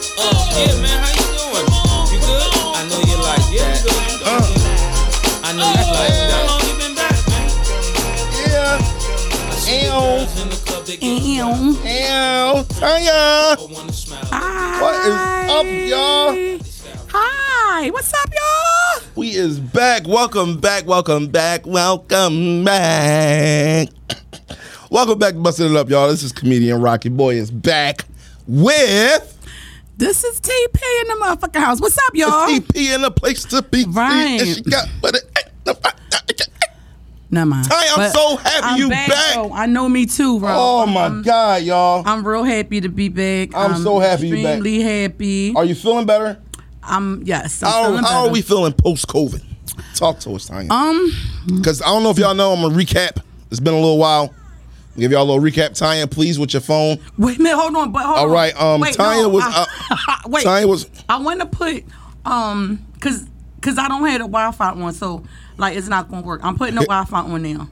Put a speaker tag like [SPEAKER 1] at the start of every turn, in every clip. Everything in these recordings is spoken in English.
[SPEAKER 1] Yeah, man, how you doing? You good? Uh, I know you like that. Uh. I know you like that. How long you been back, man?
[SPEAKER 2] Yeah. Ew.
[SPEAKER 1] In the club, they get
[SPEAKER 3] Ew.
[SPEAKER 2] Ew. Tanya.
[SPEAKER 1] wanna smile.
[SPEAKER 2] What is up, y'all?
[SPEAKER 3] Hi. What's up, y'all?
[SPEAKER 2] We is back. Welcome back. Welcome back. Welcome back. Welcome back to Busting It Up, y'all. This is comedian Rocky Boy is back with
[SPEAKER 3] This is TP in the motherfucking house. What's up, y'all?
[SPEAKER 2] TP in the place to be. seen.
[SPEAKER 3] Right.
[SPEAKER 2] And she got, but it,
[SPEAKER 3] Never mind.
[SPEAKER 2] Hey, I'm
[SPEAKER 3] But
[SPEAKER 2] so happy
[SPEAKER 3] I'm
[SPEAKER 2] you back.
[SPEAKER 3] though. I know me too, bro.
[SPEAKER 2] oh my
[SPEAKER 3] Um,
[SPEAKER 2] God, y'all.
[SPEAKER 3] I'm real happy to be back.
[SPEAKER 2] I'm so happy you back.
[SPEAKER 3] Extremely happy.
[SPEAKER 2] Are you feeling better?
[SPEAKER 3] I'm yes. I'm
[SPEAKER 2] How,
[SPEAKER 3] feeling
[SPEAKER 2] how are
[SPEAKER 3] better.
[SPEAKER 2] we feeling post COVID? Talk to us, Tanya.
[SPEAKER 3] Um,
[SPEAKER 2] Because I don't know if y'all know, I'm gonna recap. It's been a little while. Give y'all a little recap. Tanya, please, with your phone.
[SPEAKER 3] wait a minute. Hold on. But hold
[SPEAKER 2] All
[SPEAKER 3] on.
[SPEAKER 2] right, um,
[SPEAKER 3] Wait,
[SPEAKER 2] Tanya
[SPEAKER 3] no,
[SPEAKER 2] was,
[SPEAKER 3] I-
[SPEAKER 2] uh,
[SPEAKER 3] wait.
[SPEAKER 2] Tanya was.
[SPEAKER 3] I want to put um, cause cause I don't have the Wi-Fi on, so like it's not gonna work. I'm putting the Wi-Fi on now.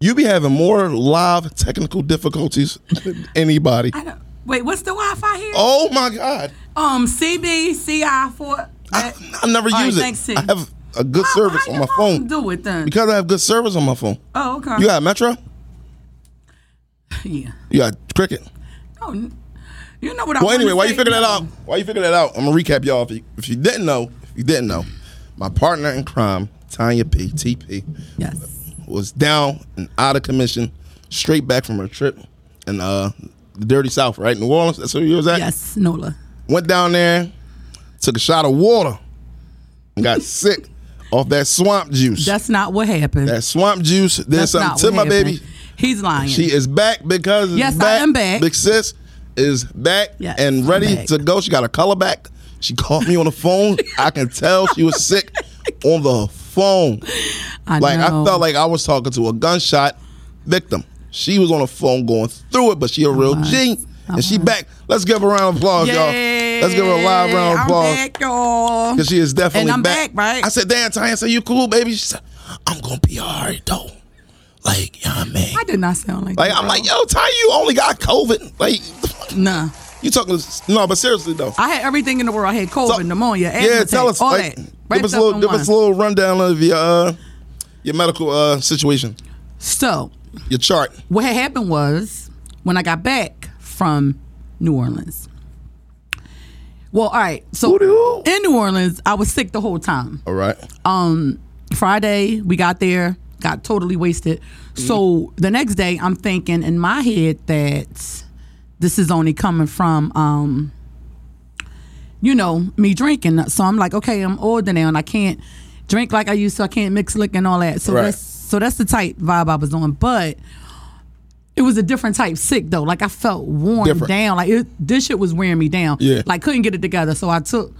[SPEAKER 2] You be having more live technical difficulties than anybody.
[SPEAKER 3] I don't, wait, what's the Wi-Fi here?
[SPEAKER 2] Oh my god!
[SPEAKER 3] Um, CBCI for.
[SPEAKER 2] I, I never
[SPEAKER 3] All right,
[SPEAKER 2] use
[SPEAKER 3] thanks,
[SPEAKER 2] it.
[SPEAKER 3] Sid.
[SPEAKER 2] I have a good
[SPEAKER 3] How-
[SPEAKER 2] service
[SPEAKER 3] how
[SPEAKER 2] on
[SPEAKER 3] your
[SPEAKER 2] my phone
[SPEAKER 3] Do it then.
[SPEAKER 2] because I have good service on my phone.
[SPEAKER 3] oh, okay.
[SPEAKER 2] You got Metro?
[SPEAKER 3] yeah.
[SPEAKER 2] You got Cricket?
[SPEAKER 3] Oh, n- you know what I.
[SPEAKER 2] Well, anyway,
[SPEAKER 3] wanna
[SPEAKER 2] why you
[SPEAKER 3] say?
[SPEAKER 2] figure that out? Why you figure that out? I'm gonna recap y'all. If you, if you didn't know, if you didn't know, my partner in crime, Tanya P. TP,
[SPEAKER 3] Yes.
[SPEAKER 2] was down and out of commission, straight back from her trip in uh, the Dirty South, right? New Orleans. That's where you was at.
[SPEAKER 3] Yes, Nola.
[SPEAKER 2] Went down there, took a shot of water, and got sick off that swamp juice.
[SPEAKER 3] That's not what happened.
[SPEAKER 2] that swamp juice did
[SPEAKER 3] That's
[SPEAKER 2] something
[SPEAKER 3] not
[SPEAKER 2] to
[SPEAKER 3] what
[SPEAKER 2] my
[SPEAKER 3] happened.
[SPEAKER 2] baby.
[SPEAKER 3] He's lying.
[SPEAKER 2] She is back because it's
[SPEAKER 3] Yes, I
[SPEAKER 2] back.
[SPEAKER 3] am back.
[SPEAKER 2] Big sis is back
[SPEAKER 3] Yes,
[SPEAKER 2] and
[SPEAKER 3] I'm
[SPEAKER 2] ready
[SPEAKER 3] back.
[SPEAKER 2] to go. She got her color back. She called me on the phone. I can tell she was sick on the phone.
[SPEAKER 3] I
[SPEAKER 2] Like
[SPEAKER 3] know.
[SPEAKER 2] I felt like I was talking to a gunshot victim. She was on the phone going through it, but she a real G. And she back. Let's give her a round of applause, y'all. Let's give her a live round of
[SPEAKER 3] I'm
[SPEAKER 2] applause.
[SPEAKER 3] back, y'all.
[SPEAKER 2] Because she is definitely
[SPEAKER 3] And I'm back, right?
[SPEAKER 2] I said, damn, Tanya, so you cool, baby? She said, I'm gonna be alright though. Like, yeah, man.
[SPEAKER 3] I did not sound like.
[SPEAKER 2] Like
[SPEAKER 3] that,
[SPEAKER 2] I'm
[SPEAKER 3] bro.
[SPEAKER 2] like, yo, Ty, you only got COVID. Like,
[SPEAKER 3] Nah,
[SPEAKER 2] you talking? No, but seriously though.
[SPEAKER 3] I had everything in the world. I had COVID,
[SPEAKER 2] So-
[SPEAKER 3] pneumonia, asthma
[SPEAKER 2] yeah, tell
[SPEAKER 3] attack,
[SPEAKER 2] us.
[SPEAKER 3] all
[SPEAKER 2] like,
[SPEAKER 3] that.
[SPEAKER 2] give us a little, give us a little rundown of your uh, your medical uh, situation,
[SPEAKER 3] So
[SPEAKER 2] your chart.
[SPEAKER 3] what had happened was when I got back from New Orleans. Well, all right. So
[SPEAKER 2] Woo-doo.
[SPEAKER 3] in New Orleans, I was sick the whole time.
[SPEAKER 2] All right.
[SPEAKER 3] Um, Friday we got there, got totally wasted. So
[SPEAKER 2] Mm-hmm.
[SPEAKER 3] the next day, I'm thinking in my head that this is only coming from um, you know, me drinking. So I'm like, okay, I'm older now and I can't drink like I used to. I can't mix liquor and all that. So
[SPEAKER 2] Right.
[SPEAKER 3] that's so that's the type vibe I was on. But it was a different type sick though. Like I felt worn
[SPEAKER 2] Different.
[SPEAKER 3] down. Like it, this shit was wearing me down.
[SPEAKER 2] Yeah.
[SPEAKER 3] Like couldn't get it together. So I took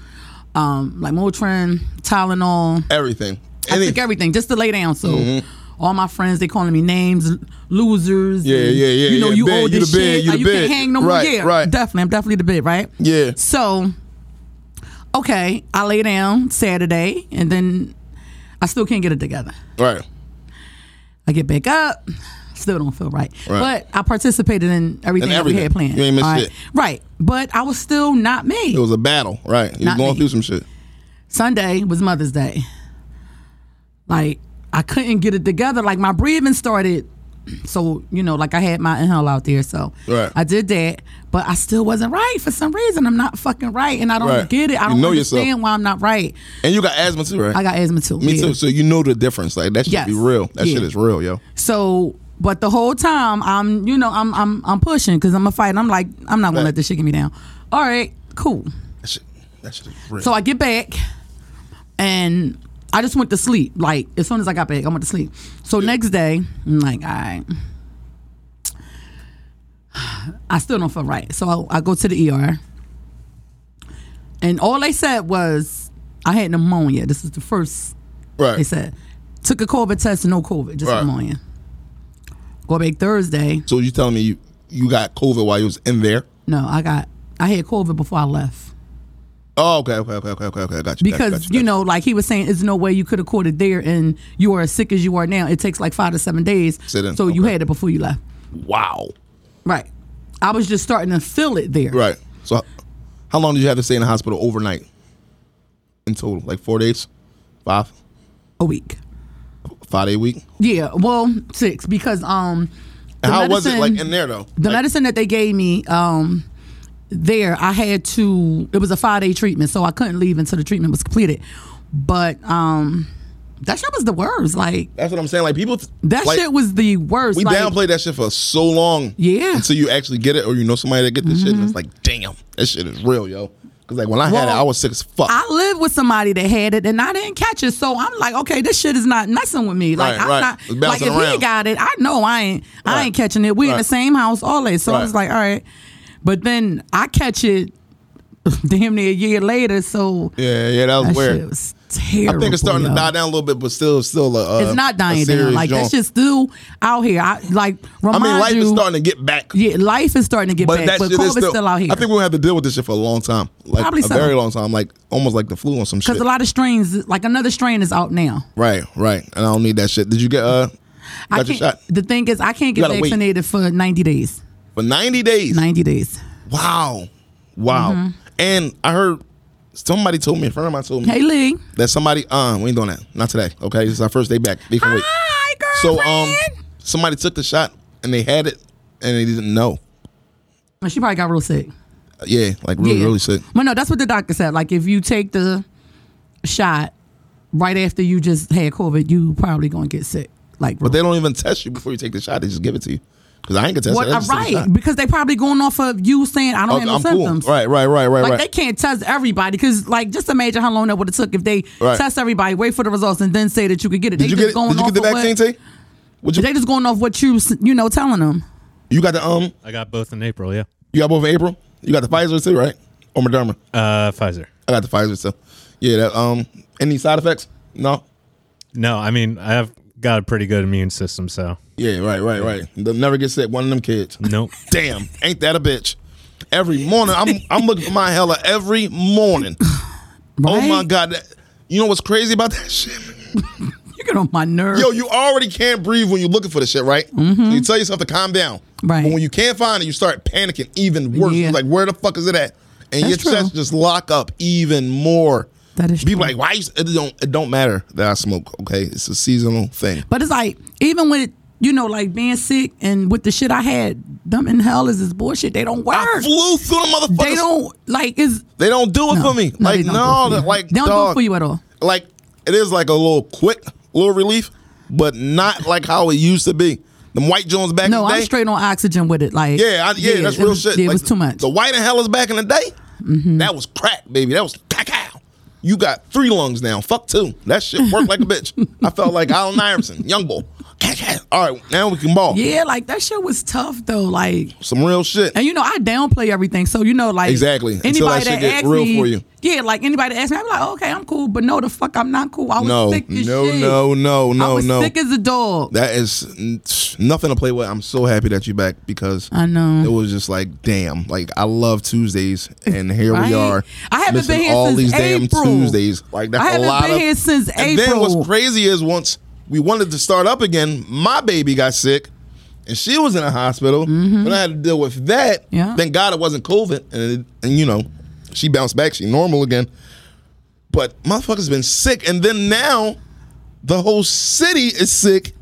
[SPEAKER 3] um like Motrin, Tylenol.
[SPEAKER 2] Everything.
[SPEAKER 3] I
[SPEAKER 2] Any- Mm-hmm.
[SPEAKER 3] took everything just to lay down. So all my friends they calling me names, l- losers.
[SPEAKER 2] Yeah,
[SPEAKER 3] and,
[SPEAKER 2] yeah, yeah,
[SPEAKER 3] You know
[SPEAKER 2] yeah.
[SPEAKER 3] you
[SPEAKER 2] Big,
[SPEAKER 3] old
[SPEAKER 2] you
[SPEAKER 3] as
[SPEAKER 2] the big,
[SPEAKER 3] shit.
[SPEAKER 2] you
[SPEAKER 3] like,
[SPEAKER 2] the
[SPEAKER 3] you
[SPEAKER 2] big.
[SPEAKER 3] can't hang no
[SPEAKER 2] Right,
[SPEAKER 3] more. Yeah,
[SPEAKER 2] right.
[SPEAKER 3] definitely. I'm definitely the bit, right?
[SPEAKER 2] Yeah.
[SPEAKER 3] So okay, I lay down Saturday, and then I still can't get it together.
[SPEAKER 2] right.
[SPEAKER 3] I get back up. Still don't feel right.
[SPEAKER 2] Right.
[SPEAKER 3] But I participated in everything,
[SPEAKER 2] In
[SPEAKER 3] that we
[SPEAKER 2] everything.
[SPEAKER 3] had planned.
[SPEAKER 2] You ain't missed
[SPEAKER 3] all right?
[SPEAKER 2] shit.
[SPEAKER 3] Right. But I was still not me.
[SPEAKER 2] It was a battle. Right. You're
[SPEAKER 3] Not
[SPEAKER 2] going
[SPEAKER 3] me.
[SPEAKER 2] through some shit.
[SPEAKER 3] Sunday was Mother's Day. Like I couldn't get it together. Like my breathing started. So you know, like I had my inhale out there, so
[SPEAKER 2] Right.
[SPEAKER 3] I did that, but I still wasn't right for some reason. I'm not fucking right, and I don't
[SPEAKER 2] Right.
[SPEAKER 3] get it. I
[SPEAKER 2] You
[SPEAKER 3] don't
[SPEAKER 2] know yourself.
[SPEAKER 3] understand why I'm not right.
[SPEAKER 2] And you got asthma too, right?
[SPEAKER 3] I got asthma too.
[SPEAKER 2] me
[SPEAKER 3] yeah.
[SPEAKER 2] too. So you know the difference. Like that should
[SPEAKER 3] Yes.
[SPEAKER 2] be real. That
[SPEAKER 3] Yeah.
[SPEAKER 2] shit is real, yo.
[SPEAKER 3] So, but the whole time I'm, you know, I'm I'm I'm pushing because I'm a fight. I'm like, I'm not gonna
[SPEAKER 2] Right.
[SPEAKER 3] let this shit get me down. All right, cool.
[SPEAKER 2] That shit. That shit is real.
[SPEAKER 3] So I get back and I just went to sleep. Like as soon as I got back, I went to sleep. So next day, I'm like, all right. I still don't feel right. So I, I go to the ER. And all they said was I had pneumonia. This is the first
[SPEAKER 2] right.
[SPEAKER 3] they said. Took a COVID test, no COVID, just
[SPEAKER 2] Right.
[SPEAKER 3] pneumonia. Go back Thursday.
[SPEAKER 2] so you telling me you you got COVID while you was in there?
[SPEAKER 3] No, I got I had COVID before I left.
[SPEAKER 2] Oh, okay, okay, okay, okay, okay, okay. I got you.
[SPEAKER 3] because
[SPEAKER 2] got you, got
[SPEAKER 3] you know, like he was saying, there's no way you could have caught it there, and you are as sick as you are now. It takes like five to seven days,
[SPEAKER 2] Sit in,
[SPEAKER 3] so you
[SPEAKER 2] okay.
[SPEAKER 3] had it before you left.
[SPEAKER 2] wow.
[SPEAKER 3] Right. I was just starting to feel it there.
[SPEAKER 2] Right. So How long did you have to stay in the hospital overnight? In total, like four days, five,
[SPEAKER 3] a week.
[SPEAKER 2] five day week.
[SPEAKER 3] Yeah, well, six because um. the
[SPEAKER 2] And how was it
[SPEAKER 3] medicine-
[SPEAKER 2] like in there though?
[SPEAKER 3] the
[SPEAKER 2] Like,
[SPEAKER 3] medicine that they gave me um there i had to it was a five day treatment so i couldn't leave until the treatment was completed but um that shit was the worst like
[SPEAKER 2] That's what I'm saying. Like people,
[SPEAKER 3] that
[SPEAKER 2] like,
[SPEAKER 3] shit was the worst
[SPEAKER 2] We
[SPEAKER 3] like,
[SPEAKER 2] downplayed that shit for so long.
[SPEAKER 3] Yeah. Mm-hmm.
[SPEAKER 2] Until you actually get it, or you know somebody that get this shit, and it's like, damn, that shit is real, yo. Because like when I had it,
[SPEAKER 3] Well,
[SPEAKER 2] I was sick as fuck.
[SPEAKER 3] i lived with somebody that had it and i didn't catch it so i'm like okay this shit is not messing with me like
[SPEAKER 2] Right,
[SPEAKER 3] i'm
[SPEAKER 2] right. It's
[SPEAKER 3] not like
[SPEAKER 2] bouncing
[SPEAKER 3] if he
[SPEAKER 2] around.
[SPEAKER 3] got it i know i ain't i
[SPEAKER 2] Right.
[SPEAKER 3] ain't catching it we in the
[SPEAKER 2] Right.
[SPEAKER 3] same house all that so i was
[SPEAKER 2] Right.
[SPEAKER 3] like all right but then i catch it damn near a year later so
[SPEAKER 2] yeah, yeah, that was
[SPEAKER 3] That
[SPEAKER 2] weird.
[SPEAKER 3] shit was terrible.
[SPEAKER 2] I think it's starting
[SPEAKER 3] yo.
[SPEAKER 2] to die down a little bit, but still, still, uh,
[SPEAKER 3] It's not dying
[SPEAKER 2] serious
[SPEAKER 3] down. Like
[SPEAKER 2] joint.
[SPEAKER 3] that's just still out here. I like
[SPEAKER 2] I
[SPEAKER 3] remind
[SPEAKER 2] mean, life
[SPEAKER 3] you.
[SPEAKER 2] is starting to get back.
[SPEAKER 3] yeah, life is starting to get
[SPEAKER 2] But
[SPEAKER 3] back,
[SPEAKER 2] that
[SPEAKER 3] but
[SPEAKER 2] shit
[SPEAKER 3] COVID's
[SPEAKER 2] is
[SPEAKER 3] still,
[SPEAKER 2] still,
[SPEAKER 3] out here.
[SPEAKER 2] I think we're gonna have to deal with this shit for a long time, like
[SPEAKER 3] Probably
[SPEAKER 2] a
[SPEAKER 3] so.
[SPEAKER 2] very long time, like almost like the flu or some shit.
[SPEAKER 3] because a lot of strains, like another strain, is out now.
[SPEAKER 2] right, right. And I don't need that shit. Did you get uh,
[SPEAKER 3] I
[SPEAKER 2] got your
[SPEAKER 3] can't.
[SPEAKER 2] shot
[SPEAKER 3] The thing is, I can't get
[SPEAKER 2] gotta wait.
[SPEAKER 3] vaccinated for ninety days.
[SPEAKER 2] for ninety days?
[SPEAKER 3] Ninety days.
[SPEAKER 2] Wow, wow.
[SPEAKER 3] Mm-hmm.
[SPEAKER 2] And I heard somebody told me, a friend of mine told me
[SPEAKER 3] Hey, Lee.
[SPEAKER 2] that somebody um, we ain't doing that, not today. Okay, this is our first day back. They can wait.
[SPEAKER 3] Hi,
[SPEAKER 2] So
[SPEAKER 3] girlfriend.
[SPEAKER 2] um, somebody took the shot and they had it and they didn't know.
[SPEAKER 3] And she probably got real sick.
[SPEAKER 2] Yeah, like really,
[SPEAKER 3] yeah.
[SPEAKER 2] really sick.
[SPEAKER 3] Well, no, that's what the doctor said. Like if you take the shot right after you just had COVID, you probably gonna get sick. Like,
[SPEAKER 2] But they don't even test you before you take the shot. They just give it to you. Because I ain't gonna test
[SPEAKER 3] What,
[SPEAKER 2] it. I
[SPEAKER 3] uh,
[SPEAKER 2] just took the
[SPEAKER 3] right,
[SPEAKER 2] shot.
[SPEAKER 3] because they probably going off of you saying I don't
[SPEAKER 2] Okay,
[SPEAKER 3] have no
[SPEAKER 2] I'm
[SPEAKER 3] symptoms.
[SPEAKER 2] cool. Right, right, right, right,
[SPEAKER 3] Like
[SPEAKER 2] right.
[SPEAKER 3] they can't test everybody because, like, just imagine how long that would have took if they
[SPEAKER 2] Right.
[SPEAKER 3] test everybody, wait for the results, and then say that you could get it.
[SPEAKER 2] did
[SPEAKER 3] they
[SPEAKER 2] you
[SPEAKER 3] just
[SPEAKER 2] get?
[SPEAKER 3] going
[SPEAKER 2] Did you
[SPEAKER 3] off
[SPEAKER 2] get the
[SPEAKER 3] of
[SPEAKER 2] vaccine,
[SPEAKER 3] What,
[SPEAKER 2] T? Would you?
[SPEAKER 3] They just going off what you s- you know telling them.
[SPEAKER 2] you got the um?
[SPEAKER 4] I got both in April. Yeah,
[SPEAKER 2] You got both in April. You got the Pfizer too, right? Or Moderna.
[SPEAKER 4] uh, Pfizer.
[SPEAKER 2] I got the Pfizer too. Yeah. That, um. Any side effects? No.
[SPEAKER 4] No, I mean I've got a pretty good immune system, so
[SPEAKER 2] Yeah. Right. Right. Right. They'll never get sick. One of them kids.
[SPEAKER 4] nope.
[SPEAKER 2] Damn. Ain't that a bitch? Every morning, I'm I'm looking for my hella every morning. Oh my
[SPEAKER 3] Right?
[SPEAKER 2] god. that- you know what's crazy about that shit?
[SPEAKER 3] You get on my nerves.
[SPEAKER 2] Yo, you already can't breathe when you're looking for the shit, right? So you tell yourself to calm down.
[SPEAKER 3] Mm-hmm. Right.
[SPEAKER 2] But when you can't find it, you start panicking even worse.
[SPEAKER 3] Yeah.
[SPEAKER 2] You're Like, where the fuck is it at? And your
[SPEAKER 3] That's true.
[SPEAKER 2] chest just lock up even more.
[SPEAKER 3] That is
[SPEAKER 2] People
[SPEAKER 3] true.
[SPEAKER 2] like, why? You, s- it don't it don't matter that I smoke. Okay, it's a seasonal thing.
[SPEAKER 3] but it's like even with you know like being sick and with the shit I had, them in hell is this bullshit. They don't work.
[SPEAKER 2] I flew through the motherfuckers.
[SPEAKER 3] they don't like is
[SPEAKER 2] They don't do it for me.
[SPEAKER 3] they
[SPEAKER 2] like
[SPEAKER 3] don't
[SPEAKER 2] no,
[SPEAKER 3] do it for
[SPEAKER 2] that-
[SPEAKER 3] you.
[SPEAKER 2] like
[SPEAKER 3] they don't do
[SPEAKER 2] dog,
[SPEAKER 3] it for you at all.
[SPEAKER 2] Like it is like a little quick, little relief, but not like how it used to be. Them white Jones back
[SPEAKER 3] No,
[SPEAKER 2] in the day.
[SPEAKER 3] I'm straight on oxygen with it. Like
[SPEAKER 2] Yeah, I, yeah, that's
[SPEAKER 3] it
[SPEAKER 2] real
[SPEAKER 3] was-
[SPEAKER 2] shit.
[SPEAKER 3] Yeah, it
[SPEAKER 2] Like,
[SPEAKER 3] was too much. Mm-hmm.
[SPEAKER 2] The white and hellers back in the day, that was crack, baby. That was cacao. You got three lungs now. Fuck two. That shit worked like a bitch. I felt like Allen Iverson, young boy. Cacao. All right, now we can ball.
[SPEAKER 3] Yeah, like that shit was tough though. Like,
[SPEAKER 2] Some real shit.
[SPEAKER 3] and you know, I downplay everything. So you know, like
[SPEAKER 2] Exactly. Until
[SPEAKER 3] Anybody
[SPEAKER 2] that shit get
[SPEAKER 3] asks
[SPEAKER 2] real
[SPEAKER 3] me,
[SPEAKER 2] for you.
[SPEAKER 3] Yeah, like anybody that asks me, I'm like, okay, I'm cool, but no, the fuck, I'm not cool. I was
[SPEAKER 2] No,
[SPEAKER 3] sick as
[SPEAKER 2] no,
[SPEAKER 3] shit.
[SPEAKER 2] no, no,
[SPEAKER 3] I
[SPEAKER 2] no,
[SPEAKER 3] was
[SPEAKER 2] no.
[SPEAKER 3] sick as a dog.
[SPEAKER 2] That is n- nothing to play with. I'm so happy that you're back because
[SPEAKER 3] I know.
[SPEAKER 2] it was just like, damn, like I love Tuesdays, and here
[SPEAKER 3] Right?
[SPEAKER 2] we are.
[SPEAKER 3] I haven't
[SPEAKER 2] missing
[SPEAKER 3] been here
[SPEAKER 2] all
[SPEAKER 3] since
[SPEAKER 2] these
[SPEAKER 3] April.
[SPEAKER 2] damn Tuesdays. Like that's
[SPEAKER 3] I
[SPEAKER 2] a
[SPEAKER 3] haven't
[SPEAKER 2] lot
[SPEAKER 3] been
[SPEAKER 2] of.
[SPEAKER 3] here since
[SPEAKER 2] and then
[SPEAKER 3] April.
[SPEAKER 2] what's crazy is once we wanted to start up again, my baby got sick, and she was in a hospital. When I had to deal with that,
[SPEAKER 3] Mm-hmm. Yeah.
[SPEAKER 2] thank God it wasn't COVID, and it, and you know, she bounced back, she normal again. But motherfucker's been sick, and then now the whole city is sick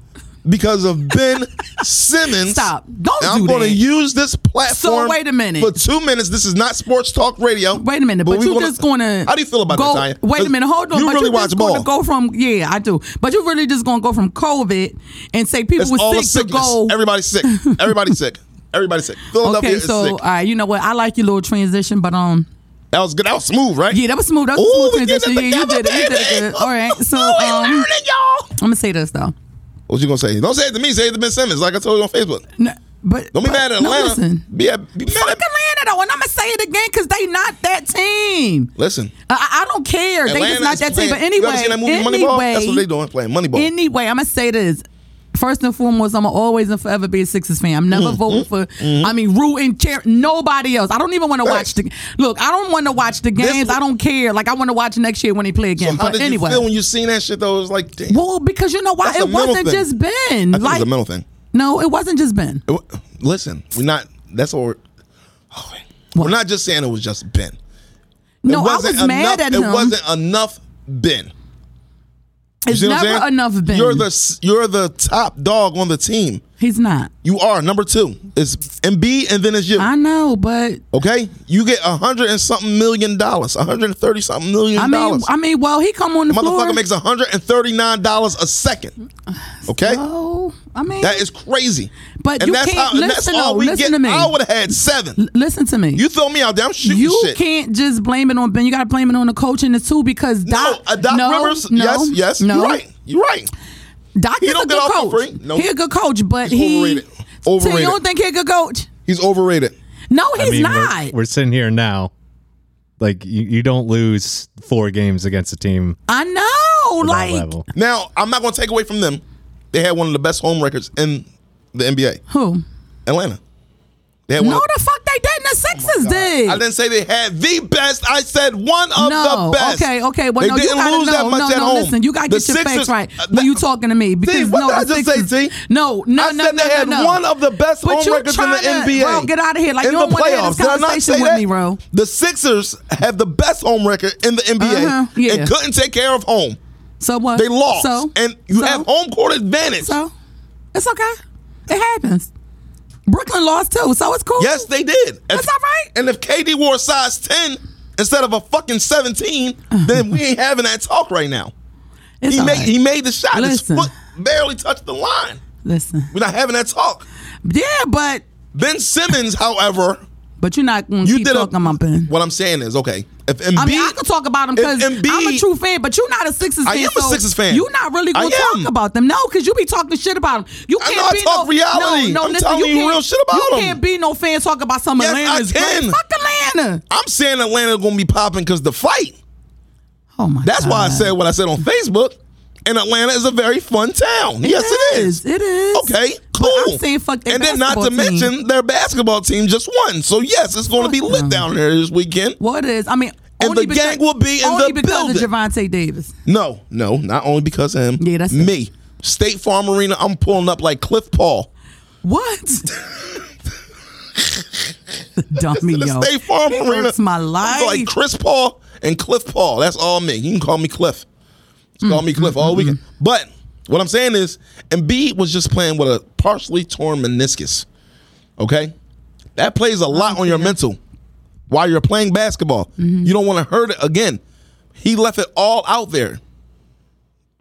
[SPEAKER 2] because of Ben Simmons.
[SPEAKER 3] Stop. Don't
[SPEAKER 2] And I'm
[SPEAKER 3] do
[SPEAKER 2] gonna
[SPEAKER 3] that.
[SPEAKER 2] use this platform.
[SPEAKER 3] wait a minute.
[SPEAKER 2] For two minutes, this is not sports talk radio.
[SPEAKER 3] Wait a minute, but,
[SPEAKER 2] we
[SPEAKER 3] you
[SPEAKER 2] gonna-
[SPEAKER 3] just gonna.
[SPEAKER 2] How do you feel about
[SPEAKER 3] go,
[SPEAKER 2] that, Tanya?
[SPEAKER 3] Wait a minute, hold on.
[SPEAKER 2] You
[SPEAKER 3] but
[SPEAKER 2] really
[SPEAKER 3] you
[SPEAKER 2] watch
[SPEAKER 3] just
[SPEAKER 2] ball?
[SPEAKER 3] Gonna go from yeah, I do. But you really just gonna go from COVID and say people
[SPEAKER 2] It's
[SPEAKER 3] were
[SPEAKER 2] all a
[SPEAKER 3] sick to
[SPEAKER 2] sickness.
[SPEAKER 3] go.
[SPEAKER 2] Everybody's sick. Everybody's sick. Everybody's sick. Philadelphia
[SPEAKER 3] okay,
[SPEAKER 2] is
[SPEAKER 3] so uh, all
[SPEAKER 2] sick.
[SPEAKER 3] right, you know what? I like your little transition, but um.
[SPEAKER 2] That was good. That was smooth, right?
[SPEAKER 3] Yeah, that was smooth. That was
[SPEAKER 2] Ooh,
[SPEAKER 3] a
[SPEAKER 2] we
[SPEAKER 3] smooth
[SPEAKER 2] did
[SPEAKER 3] transition.
[SPEAKER 2] it
[SPEAKER 3] Yeah, you did it. You did it
[SPEAKER 2] together,
[SPEAKER 3] good. All right. So um,
[SPEAKER 2] we
[SPEAKER 3] I'm
[SPEAKER 2] learning, y'all.
[SPEAKER 3] gonna say this though.
[SPEAKER 2] What you gonna say? Don't say it to me. Say it to Ben Simmons, like I told you on Facebook.
[SPEAKER 3] No, but
[SPEAKER 2] Don't be
[SPEAKER 3] but-
[SPEAKER 2] mad at
[SPEAKER 3] no,
[SPEAKER 2] Atlanta.
[SPEAKER 3] listen.
[SPEAKER 2] Be, at, be
[SPEAKER 3] Fuck
[SPEAKER 2] mad at.
[SPEAKER 3] Atlanta though, and I'm gonna say it again because they not that team.
[SPEAKER 2] Listen,
[SPEAKER 3] I- I, I don't care. they
[SPEAKER 2] Atlanta
[SPEAKER 3] just not
[SPEAKER 2] is
[SPEAKER 3] that team.
[SPEAKER 2] playing-
[SPEAKER 3] But anyway,
[SPEAKER 2] you ever seen that movie
[SPEAKER 3] anyway,
[SPEAKER 2] Moneyball? That's what they doing, playing Moneyball.
[SPEAKER 3] Anyway, I'm gonna say this. First and foremost, I'm always and forever be a Sixers fan. I'm
[SPEAKER 2] Mm,
[SPEAKER 3] never voting for. I mean, rooting, chair, nobody else. I don't even want to watch the. Look, I don't want to watch the games. I don't care. Like I want to watch next year when they play
[SPEAKER 2] so
[SPEAKER 3] again.
[SPEAKER 2] how
[SPEAKER 3] but
[SPEAKER 2] did
[SPEAKER 3] anyway,
[SPEAKER 2] you feel when you seen that shit? Though it was like, damn.
[SPEAKER 3] Well, because you know why
[SPEAKER 2] That's a
[SPEAKER 3] it
[SPEAKER 2] mental
[SPEAKER 3] wasn't
[SPEAKER 2] thing.
[SPEAKER 3] just Ben.
[SPEAKER 2] I think
[SPEAKER 3] like
[SPEAKER 2] it's a mental thing.
[SPEAKER 3] no, it wasn't just Ben.
[SPEAKER 2] It wa- Listen, we're not. That's what we're. oh, man. we're not just saying it was just Ben.
[SPEAKER 3] No, I
[SPEAKER 2] wasn't
[SPEAKER 3] was mad
[SPEAKER 2] enough-
[SPEAKER 3] at him.
[SPEAKER 2] It wasn't enough Ben. You
[SPEAKER 3] It's
[SPEAKER 2] see what I'm
[SPEAKER 3] never
[SPEAKER 2] saying?
[SPEAKER 3] enough Ben.
[SPEAKER 2] You're the s- you're the top dog on the team.
[SPEAKER 3] He's not.
[SPEAKER 2] You are number two. It's Embiid, and then it's you.
[SPEAKER 3] I know, but
[SPEAKER 2] okay, you get a hundred and something million dollars, a hundred and thirty something million
[SPEAKER 3] I mean,
[SPEAKER 2] dollars.
[SPEAKER 3] I mean, well, he come on the floor.
[SPEAKER 2] Motherfucker makes a hundred and thirty nine dollars a second. Okay,
[SPEAKER 3] oh, I mean,
[SPEAKER 2] that is crazy.
[SPEAKER 3] But you can't-
[SPEAKER 2] and that's
[SPEAKER 3] listen,
[SPEAKER 2] all
[SPEAKER 3] though,
[SPEAKER 2] we
[SPEAKER 3] listen
[SPEAKER 2] get.
[SPEAKER 3] to me.
[SPEAKER 2] I would have had seven.
[SPEAKER 3] listen to me.
[SPEAKER 2] You throw me out there, I'm shooting
[SPEAKER 3] You
[SPEAKER 2] shit.
[SPEAKER 3] can't just blame it on Ben. You got to blame it on the coach and the two because
[SPEAKER 2] no,
[SPEAKER 3] Doc.
[SPEAKER 2] uh, Doc
[SPEAKER 3] no,
[SPEAKER 2] Rivers.
[SPEAKER 3] no,
[SPEAKER 2] yes, yes.
[SPEAKER 3] No,
[SPEAKER 2] You're right. You're right.
[SPEAKER 3] Doc
[SPEAKER 2] He
[SPEAKER 3] is
[SPEAKER 2] don't
[SPEAKER 3] a
[SPEAKER 2] get
[SPEAKER 3] good
[SPEAKER 2] off for
[SPEAKER 3] coach.
[SPEAKER 2] free. No.
[SPEAKER 3] He a good coach, but
[SPEAKER 2] He's
[SPEAKER 3] he
[SPEAKER 2] overrated.
[SPEAKER 3] So you
[SPEAKER 2] Overrated.
[SPEAKER 3] don't think he a good coach?
[SPEAKER 2] He's overrated.
[SPEAKER 3] No, he's
[SPEAKER 4] I mean, we're-
[SPEAKER 3] not.
[SPEAKER 4] We're, sitting here now. Like you, you don't lose four games against a team
[SPEAKER 3] I know.
[SPEAKER 4] at
[SPEAKER 3] Like
[SPEAKER 4] that level.
[SPEAKER 2] Now, I'm not going to take away from them. They had one of the best home records in the NBA.
[SPEAKER 3] who?
[SPEAKER 2] Atlanta. They had
[SPEAKER 3] No,
[SPEAKER 2] one of-
[SPEAKER 3] the fuck they didn't. The
[SPEAKER 4] Oh
[SPEAKER 3] Sixers did.
[SPEAKER 2] I didn't say they had the best. I said one of
[SPEAKER 3] no,
[SPEAKER 2] the best.
[SPEAKER 3] okay, okay. Well,
[SPEAKER 2] they
[SPEAKER 3] no,
[SPEAKER 2] didn't
[SPEAKER 3] you gotta
[SPEAKER 2] lose
[SPEAKER 3] know.
[SPEAKER 2] that much
[SPEAKER 3] no,
[SPEAKER 2] at
[SPEAKER 3] no,
[SPEAKER 2] home.
[SPEAKER 3] listen, you gotta
[SPEAKER 2] The
[SPEAKER 3] get your
[SPEAKER 2] Sixers-
[SPEAKER 3] facts right
[SPEAKER 2] uh,
[SPEAKER 3] when
[SPEAKER 2] that-
[SPEAKER 3] you talking to me because
[SPEAKER 2] what
[SPEAKER 3] no,
[SPEAKER 2] did I
[SPEAKER 3] the
[SPEAKER 2] just say,
[SPEAKER 3] Sixers-
[SPEAKER 2] T?
[SPEAKER 3] No, no,
[SPEAKER 2] I
[SPEAKER 3] no,
[SPEAKER 2] said
[SPEAKER 3] no,
[SPEAKER 2] they
[SPEAKER 3] no,
[SPEAKER 2] had
[SPEAKER 3] no.
[SPEAKER 2] one of the best
[SPEAKER 3] But
[SPEAKER 2] home
[SPEAKER 3] you
[SPEAKER 2] records in the
[SPEAKER 3] tryna-
[SPEAKER 2] NBA.
[SPEAKER 3] Bro, get out of here. Like
[SPEAKER 2] in
[SPEAKER 3] you don't
[SPEAKER 2] the
[SPEAKER 3] want to have
[SPEAKER 2] playoffs.
[SPEAKER 3] this
[SPEAKER 2] Did I not say
[SPEAKER 3] conversation with
[SPEAKER 2] that?
[SPEAKER 3] me, bro.
[SPEAKER 2] The Sixers have the best home record in the NBA
[SPEAKER 3] Uh-huh, yeah.
[SPEAKER 2] and couldn't take care of home.
[SPEAKER 3] So what?
[SPEAKER 2] They lost,
[SPEAKER 3] So
[SPEAKER 2] and you
[SPEAKER 3] so,
[SPEAKER 2] have home court advantage.
[SPEAKER 3] So it's okay. It happens. Brooklyn lost too, so it's cool.
[SPEAKER 2] Yes, they did. If-
[SPEAKER 3] That's all right.
[SPEAKER 2] And if KD wore a size 10 instead of a fucking 17, then we ain't having that talk right now.
[SPEAKER 3] Uh-huh. it's
[SPEAKER 2] He
[SPEAKER 3] all
[SPEAKER 2] made
[SPEAKER 3] right.
[SPEAKER 2] he made the shot.
[SPEAKER 3] Listen.
[SPEAKER 2] His foot barely touched the line.
[SPEAKER 3] Listen,
[SPEAKER 2] We're not having that talk.
[SPEAKER 3] yeah, but
[SPEAKER 2] Ben Simmons, however,
[SPEAKER 3] but you're not gonna
[SPEAKER 2] you
[SPEAKER 3] keep
[SPEAKER 2] did
[SPEAKER 3] talking
[SPEAKER 2] a,
[SPEAKER 3] about Ben.
[SPEAKER 2] What I'm saying is, okay, if Embiid,
[SPEAKER 3] I mean, I could talk about them
[SPEAKER 2] if
[SPEAKER 3] because
[SPEAKER 2] Embiid-
[SPEAKER 3] I'm a true fan, but you're not a Sixers
[SPEAKER 2] I
[SPEAKER 3] fan.
[SPEAKER 2] am a
[SPEAKER 3] so
[SPEAKER 2] Sixers fan.
[SPEAKER 3] You're not really
[SPEAKER 2] I
[SPEAKER 3] going to
[SPEAKER 2] am.
[SPEAKER 3] talk about them. No, because you be talking shit about them. You
[SPEAKER 2] I
[SPEAKER 3] can't
[SPEAKER 2] know I
[SPEAKER 3] be
[SPEAKER 2] talk
[SPEAKER 3] no,
[SPEAKER 2] reality.
[SPEAKER 3] No, no,
[SPEAKER 2] I'm
[SPEAKER 3] listen,
[SPEAKER 2] telling you
[SPEAKER 3] can't-
[SPEAKER 2] real shit about
[SPEAKER 3] You
[SPEAKER 2] them.
[SPEAKER 3] can't be no fan talk about some
[SPEAKER 2] Yes, I
[SPEAKER 3] Atlanta's
[SPEAKER 2] can.
[SPEAKER 3] great. Fuck Atlanta.
[SPEAKER 2] I'm saying Atlanta gonna be popping because the fight.
[SPEAKER 3] Oh my
[SPEAKER 2] That's
[SPEAKER 3] God.
[SPEAKER 2] why I said what I said on Facebook. And Atlanta is a very fun town. yes, it is.
[SPEAKER 3] It is.
[SPEAKER 2] Okay,
[SPEAKER 3] But
[SPEAKER 2] cool.
[SPEAKER 3] I'm saying fuck their
[SPEAKER 2] and then not to
[SPEAKER 3] basketball team.
[SPEAKER 2] mention their basketball team just won. So yes, it's going to be
[SPEAKER 3] Fuck
[SPEAKER 2] lit
[SPEAKER 3] them.
[SPEAKER 2] down there this weekend.
[SPEAKER 3] What is? I mean,
[SPEAKER 2] And
[SPEAKER 3] only
[SPEAKER 2] the
[SPEAKER 3] because,
[SPEAKER 2] gang will be in
[SPEAKER 3] only
[SPEAKER 2] the
[SPEAKER 3] because
[SPEAKER 2] building.
[SPEAKER 3] of Javante Davis.
[SPEAKER 2] No, no, not only because of him.
[SPEAKER 3] Yeah, that's it.
[SPEAKER 2] me. State Farm Arena. I'm pulling up like Cliff Paul.
[SPEAKER 3] What? Dummy,
[SPEAKER 2] The
[SPEAKER 3] yo.
[SPEAKER 2] State Farm
[SPEAKER 3] He
[SPEAKER 2] Arena.
[SPEAKER 3] hurts my
[SPEAKER 2] I'm
[SPEAKER 3] life.
[SPEAKER 2] Like Chris Paul and Cliff Paul. That's all me. You can call me Cliff. Just call me
[SPEAKER 3] Mm,
[SPEAKER 2] Cliff all weekend. But what I'm saying is, Embiid was just playing with a partially torn meniscus. Okay, that plays a
[SPEAKER 3] Oh,
[SPEAKER 2] lot on your mental while you're playing basketball.
[SPEAKER 3] Mm-hmm.
[SPEAKER 2] You don't want to hurt it again. He left it all out there.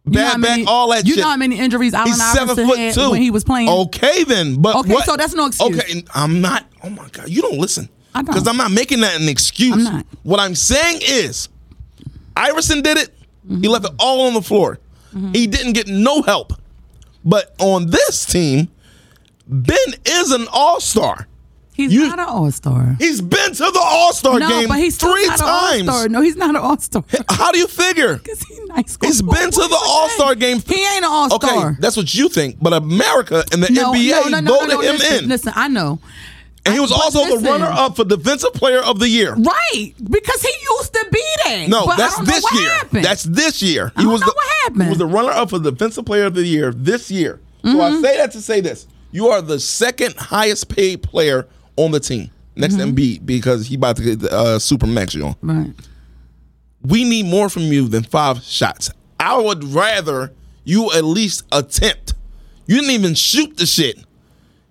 [SPEAKER 3] You know how
[SPEAKER 2] Bad back,
[SPEAKER 3] many-
[SPEAKER 2] all that
[SPEAKER 3] You
[SPEAKER 2] shit.
[SPEAKER 3] know how many injuries Allen
[SPEAKER 2] He's seven
[SPEAKER 3] Iverson
[SPEAKER 2] foot
[SPEAKER 3] had
[SPEAKER 2] two Oh,
[SPEAKER 3] when he was playing?
[SPEAKER 2] Okay, then, but
[SPEAKER 3] Okay,
[SPEAKER 2] what-
[SPEAKER 3] so that's no excuse.
[SPEAKER 2] Okay, and I'm not. Oh my god, you don't listen.
[SPEAKER 3] I don't.
[SPEAKER 2] Because I'm not making that an excuse.
[SPEAKER 3] I'm not.
[SPEAKER 2] What I'm saying is, Iverson did it.
[SPEAKER 3] Mm-hmm.
[SPEAKER 2] He left it all on the floor. He didn't get no help. But on this team, Ben is an all star.
[SPEAKER 3] He's
[SPEAKER 2] You-
[SPEAKER 3] not an all star.
[SPEAKER 2] He's been to the all star
[SPEAKER 3] No,
[SPEAKER 2] game
[SPEAKER 3] but he's still
[SPEAKER 2] three
[SPEAKER 3] not an all-star.
[SPEAKER 2] times.
[SPEAKER 3] No, he's not an all star.
[SPEAKER 2] How do you figure?
[SPEAKER 3] He's nice.
[SPEAKER 2] He's been to the All Star game.
[SPEAKER 3] He ain't an all star.
[SPEAKER 2] Okay, that's what you think. But America and the NBA voted him
[SPEAKER 3] listen,
[SPEAKER 2] in.
[SPEAKER 3] Listen, I know.
[SPEAKER 2] And he was
[SPEAKER 3] But
[SPEAKER 2] also
[SPEAKER 3] listen.
[SPEAKER 2] the runner up for Defensive Player of the Year.
[SPEAKER 3] Right, because he used to be there.
[SPEAKER 2] No,
[SPEAKER 3] but
[SPEAKER 2] that's
[SPEAKER 3] I don't know
[SPEAKER 2] this
[SPEAKER 3] what
[SPEAKER 2] year.
[SPEAKER 3] Happened.
[SPEAKER 2] That's this year. He
[SPEAKER 3] don't
[SPEAKER 2] was
[SPEAKER 3] know
[SPEAKER 2] the,
[SPEAKER 3] what happened.
[SPEAKER 2] He was the runner up for Defensive Player of the Year this year. So I
[SPEAKER 3] Mm-hmm.
[SPEAKER 2] say that to say this: you are the second highest paid player on the team, next
[SPEAKER 3] Mm-hmm.
[SPEAKER 2] to Embiid, because he about to get the uh, super max you on.
[SPEAKER 3] right.
[SPEAKER 2] We need more from you than five shots. I would rather you at least attempt. You didn't even shoot the shit.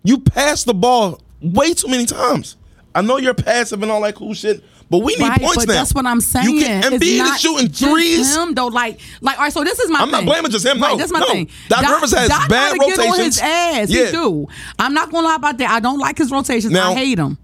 [SPEAKER 2] You passed the ball way too many times. I know you're passive and all that cool shit, but we need
[SPEAKER 3] Right,
[SPEAKER 2] points
[SPEAKER 3] but
[SPEAKER 2] now.
[SPEAKER 3] that's what I'm saying.
[SPEAKER 2] You can,
[SPEAKER 3] It's
[SPEAKER 2] Embiid
[SPEAKER 3] not
[SPEAKER 2] is shooting
[SPEAKER 3] just
[SPEAKER 2] threes.
[SPEAKER 3] Him though, like, like, all right. So this is my.
[SPEAKER 2] I'm not
[SPEAKER 3] thing.
[SPEAKER 2] blaming just him. No,
[SPEAKER 3] Right, that's my
[SPEAKER 2] no.
[SPEAKER 3] thing.
[SPEAKER 2] Doc Rivers has
[SPEAKER 3] Doc
[SPEAKER 2] bad
[SPEAKER 3] gotta Get on his
[SPEAKER 2] rotations.
[SPEAKER 3] ass. He
[SPEAKER 2] Yeah.
[SPEAKER 3] do. I'm not gonna lie about that. I don't like his rotations. I
[SPEAKER 2] Now-
[SPEAKER 3] hate him.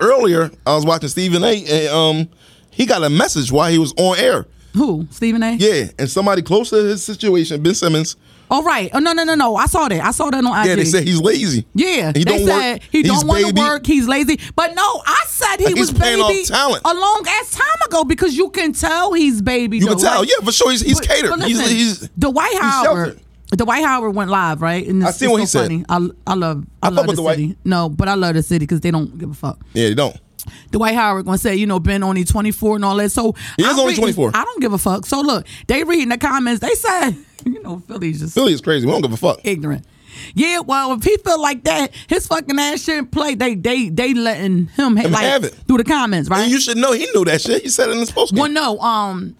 [SPEAKER 2] Earlier, I was watching Stephen A. and um, he got a message while he was on air.
[SPEAKER 3] Who? Stephen A.
[SPEAKER 2] Yeah, and somebody close to his situation, Ben Simmons.
[SPEAKER 3] All right. Oh no no no no. I saw that. I saw that on IG.
[SPEAKER 2] Yeah, they said he's lazy.
[SPEAKER 3] Yeah,
[SPEAKER 2] he
[SPEAKER 3] they
[SPEAKER 2] don't
[SPEAKER 3] said
[SPEAKER 2] work.
[SPEAKER 3] he
[SPEAKER 2] He's
[SPEAKER 3] don't want
[SPEAKER 2] baby.
[SPEAKER 3] to work. He's lazy. But no, I said he
[SPEAKER 2] Like, he's
[SPEAKER 3] was
[SPEAKER 2] playing off
[SPEAKER 3] baby
[SPEAKER 2] talent.
[SPEAKER 3] a long ass time ago because you can tell he's baby.
[SPEAKER 2] You
[SPEAKER 3] though.
[SPEAKER 2] can tell.
[SPEAKER 3] Like,
[SPEAKER 2] yeah, for sure. He's, he's
[SPEAKER 3] but-
[SPEAKER 2] catered.
[SPEAKER 3] but
[SPEAKER 2] he's,
[SPEAKER 3] listen,
[SPEAKER 2] he's
[SPEAKER 3] Dwight Howard.
[SPEAKER 2] sheltered.
[SPEAKER 3] Dwight Howard went live, right? And
[SPEAKER 2] I
[SPEAKER 3] it's-
[SPEAKER 2] seen
[SPEAKER 3] it's
[SPEAKER 2] what he
[SPEAKER 3] so
[SPEAKER 2] said.
[SPEAKER 3] funny. I, I love I,
[SPEAKER 2] I fuck
[SPEAKER 3] love
[SPEAKER 2] with
[SPEAKER 3] the
[SPEAKER 2] Dwight.
[SPEAKER 3] city. No, but I love the city because they don't give a fuck.
[SPEAKER 2] Yeah, they don't.
[SPEAKER 3] Dwight Howard gonna say, you know, Ben only twenty four and all that. So
[SPEAKER 2] He is
[SPEAKER 3] I'm
[SPEAKER 2] only
[SPEAKER 3] reading-
[SPEAKER 2] 24.
[SPEAKER 3] I don't give a fuck. So look, they reading the comments. They said, you know, Philly's just
[SPEAKER 2] Philly is crazy. We don't give a fuck.
[SPEAKER 3] ignorant. Yeah, well, if he feel like that, his fucking ass shouldn't play. They they they letting him ha-
[SPEAKER 2] Him
[SPEAKER 3] like
[SPEAKER 2] have it.
[SPEAKER 3] through the comments, right?
[SPEAKER 2] And you should know he knew that shit. He said it in his post.
[SPEAKER 3] Well, no, um,